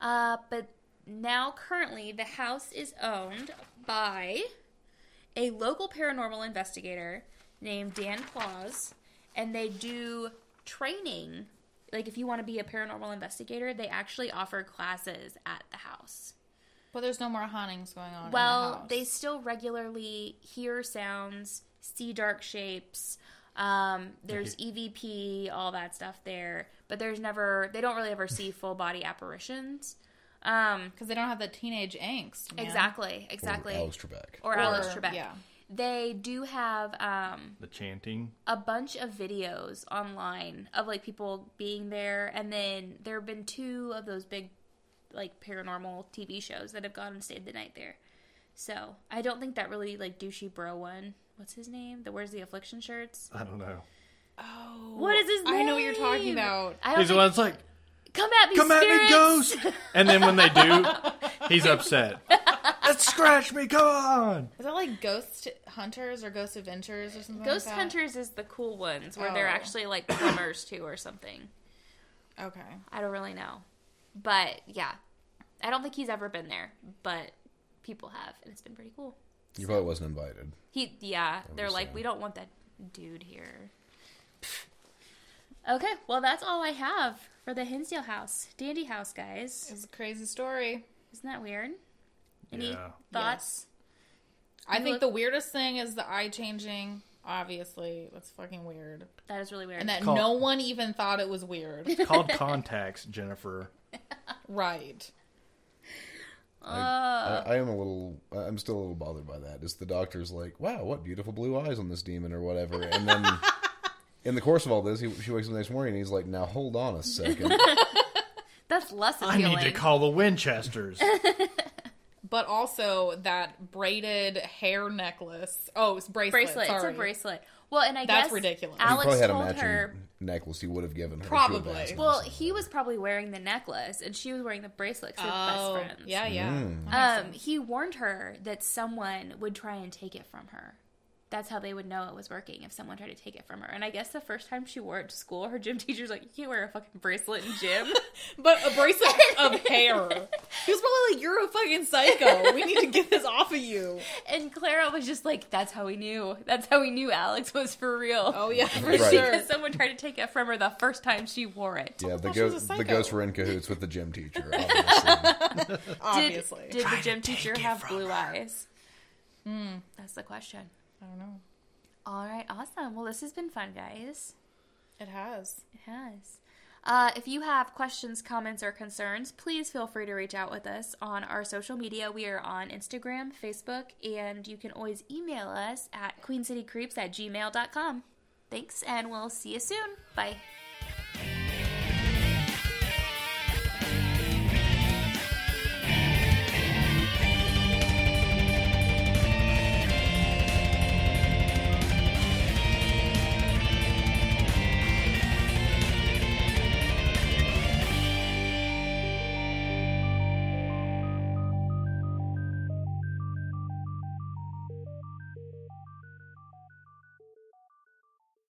uh, but now, currently, the house is owned by a local paranormal investigator named Dan Claus, and they do training. Like, if you want to be a paranormal investigator, they actually offer classes at the house.
But there's no more hauntings going on. in the
Well,
house.
they still regularly hear sounds, see dark shapes. Um, there's EVP, all that stuff there, but there's never they don't really ever see full body apparitions. Um,
because they don't have the teenage angst. man.
exactly, exactly.
Or Alex Trebek.
Or Alex
Or-
Trebek.
yeah.
They do have um,
The chanting.
a bunch of videos online of like people being there, and then there have been two of those big like paranormal TV shows that have gone and stayed the night there. So I don't think that really like douchey bro one. What's his name? The wears the affliction shirts.
I don't know.
Oh,
What is his name?
I know what you're talking about.
I don't
He's the
think,
one that's like,
come at me,
"Come at me,
spirits!"
ghost!" And then when they do, he's upset. Let's scratch me! Come on!
Is that like Ghost Hunters or Ghost Adventures or something?
Ghost
like that?
Hunters is the cool ones where they're
Oh.
actually like plumbers too or something.
Okay.
I don't really know. But yeah, I don't think he's ever been there, but people have, and it's been pretty cool.
You probably wasn't invited.
He, yeah, they're like,
Understand.
we don't want that dude here. Okay, well, that's all I have for the Hinsdale house, dandy house, guys.
It's a crazy story.
Isn't that weird? Any
Yeah.
thoughts?
I
You
think
look-
the weirdest thing is the eye changing. Obviously, that's fucking weird.
That is really weird.
And that
Call-
no one even thought it was weird.
Called contacts, Jennifer.
right. Uh.
I, I, I am a little. I- I'm still a little bothered by that. Is the doctor's like, wow, what beautiful blue eyes on this demon or whatever, and then. In the course of all this, he, she wakes up the next morning and he's like, "Now hold on a second.
That's less
I
appealing.
need to call the Winchesters.
But also that braided hair necklace. Oh, it's bracelet.
bracelet. It's a
sorry.
bracelet. Well, and I
That's
guess
ridiculous. He
he
Alex
probably had a
told
matching
her.
necklace he would have given her. She would have
Probably.
asked him
Well,
or
he was probably wearing the necklace, and she was wearing the bracelet. 'cause
Oh,
they're best friends.
yeah, yeah.
Um, he warned her that someone would try and take it from her. That's how they would know it was working if someone tried to take it from her. And I guess the first time she wore it to school, her gym teacher's like, "You can't wear a fucking bracelet in gym."
But a bracelet of hair. He was probably like, "You're a fucking psycho. We need to get this off of you."
and Clara was just like, "That's how we knew. That's how we knew Alex was for real."
Oh yeah, for
Right.
sure.
Because someone tried to take it from her the first time she wore it.
Yeah, the,
thought she was
go-
a
the
psycho.
ghosts were in cahoots with the gym teacher. Obviously.
Did,
Obviously.
did the gym teacher have blue eyes? Mm, that's the question.
I don't know.
All right, awesome. Well, this has been fun, guys.
It has.
Yes. Uh, if you have questions, comments, or concerns, please feel free to reach out with us on our social media. We are on Instagram, Facebook, and you can always email us at queencitycreeps at gmail.com. Thanks, and we'll see you soon. Bye.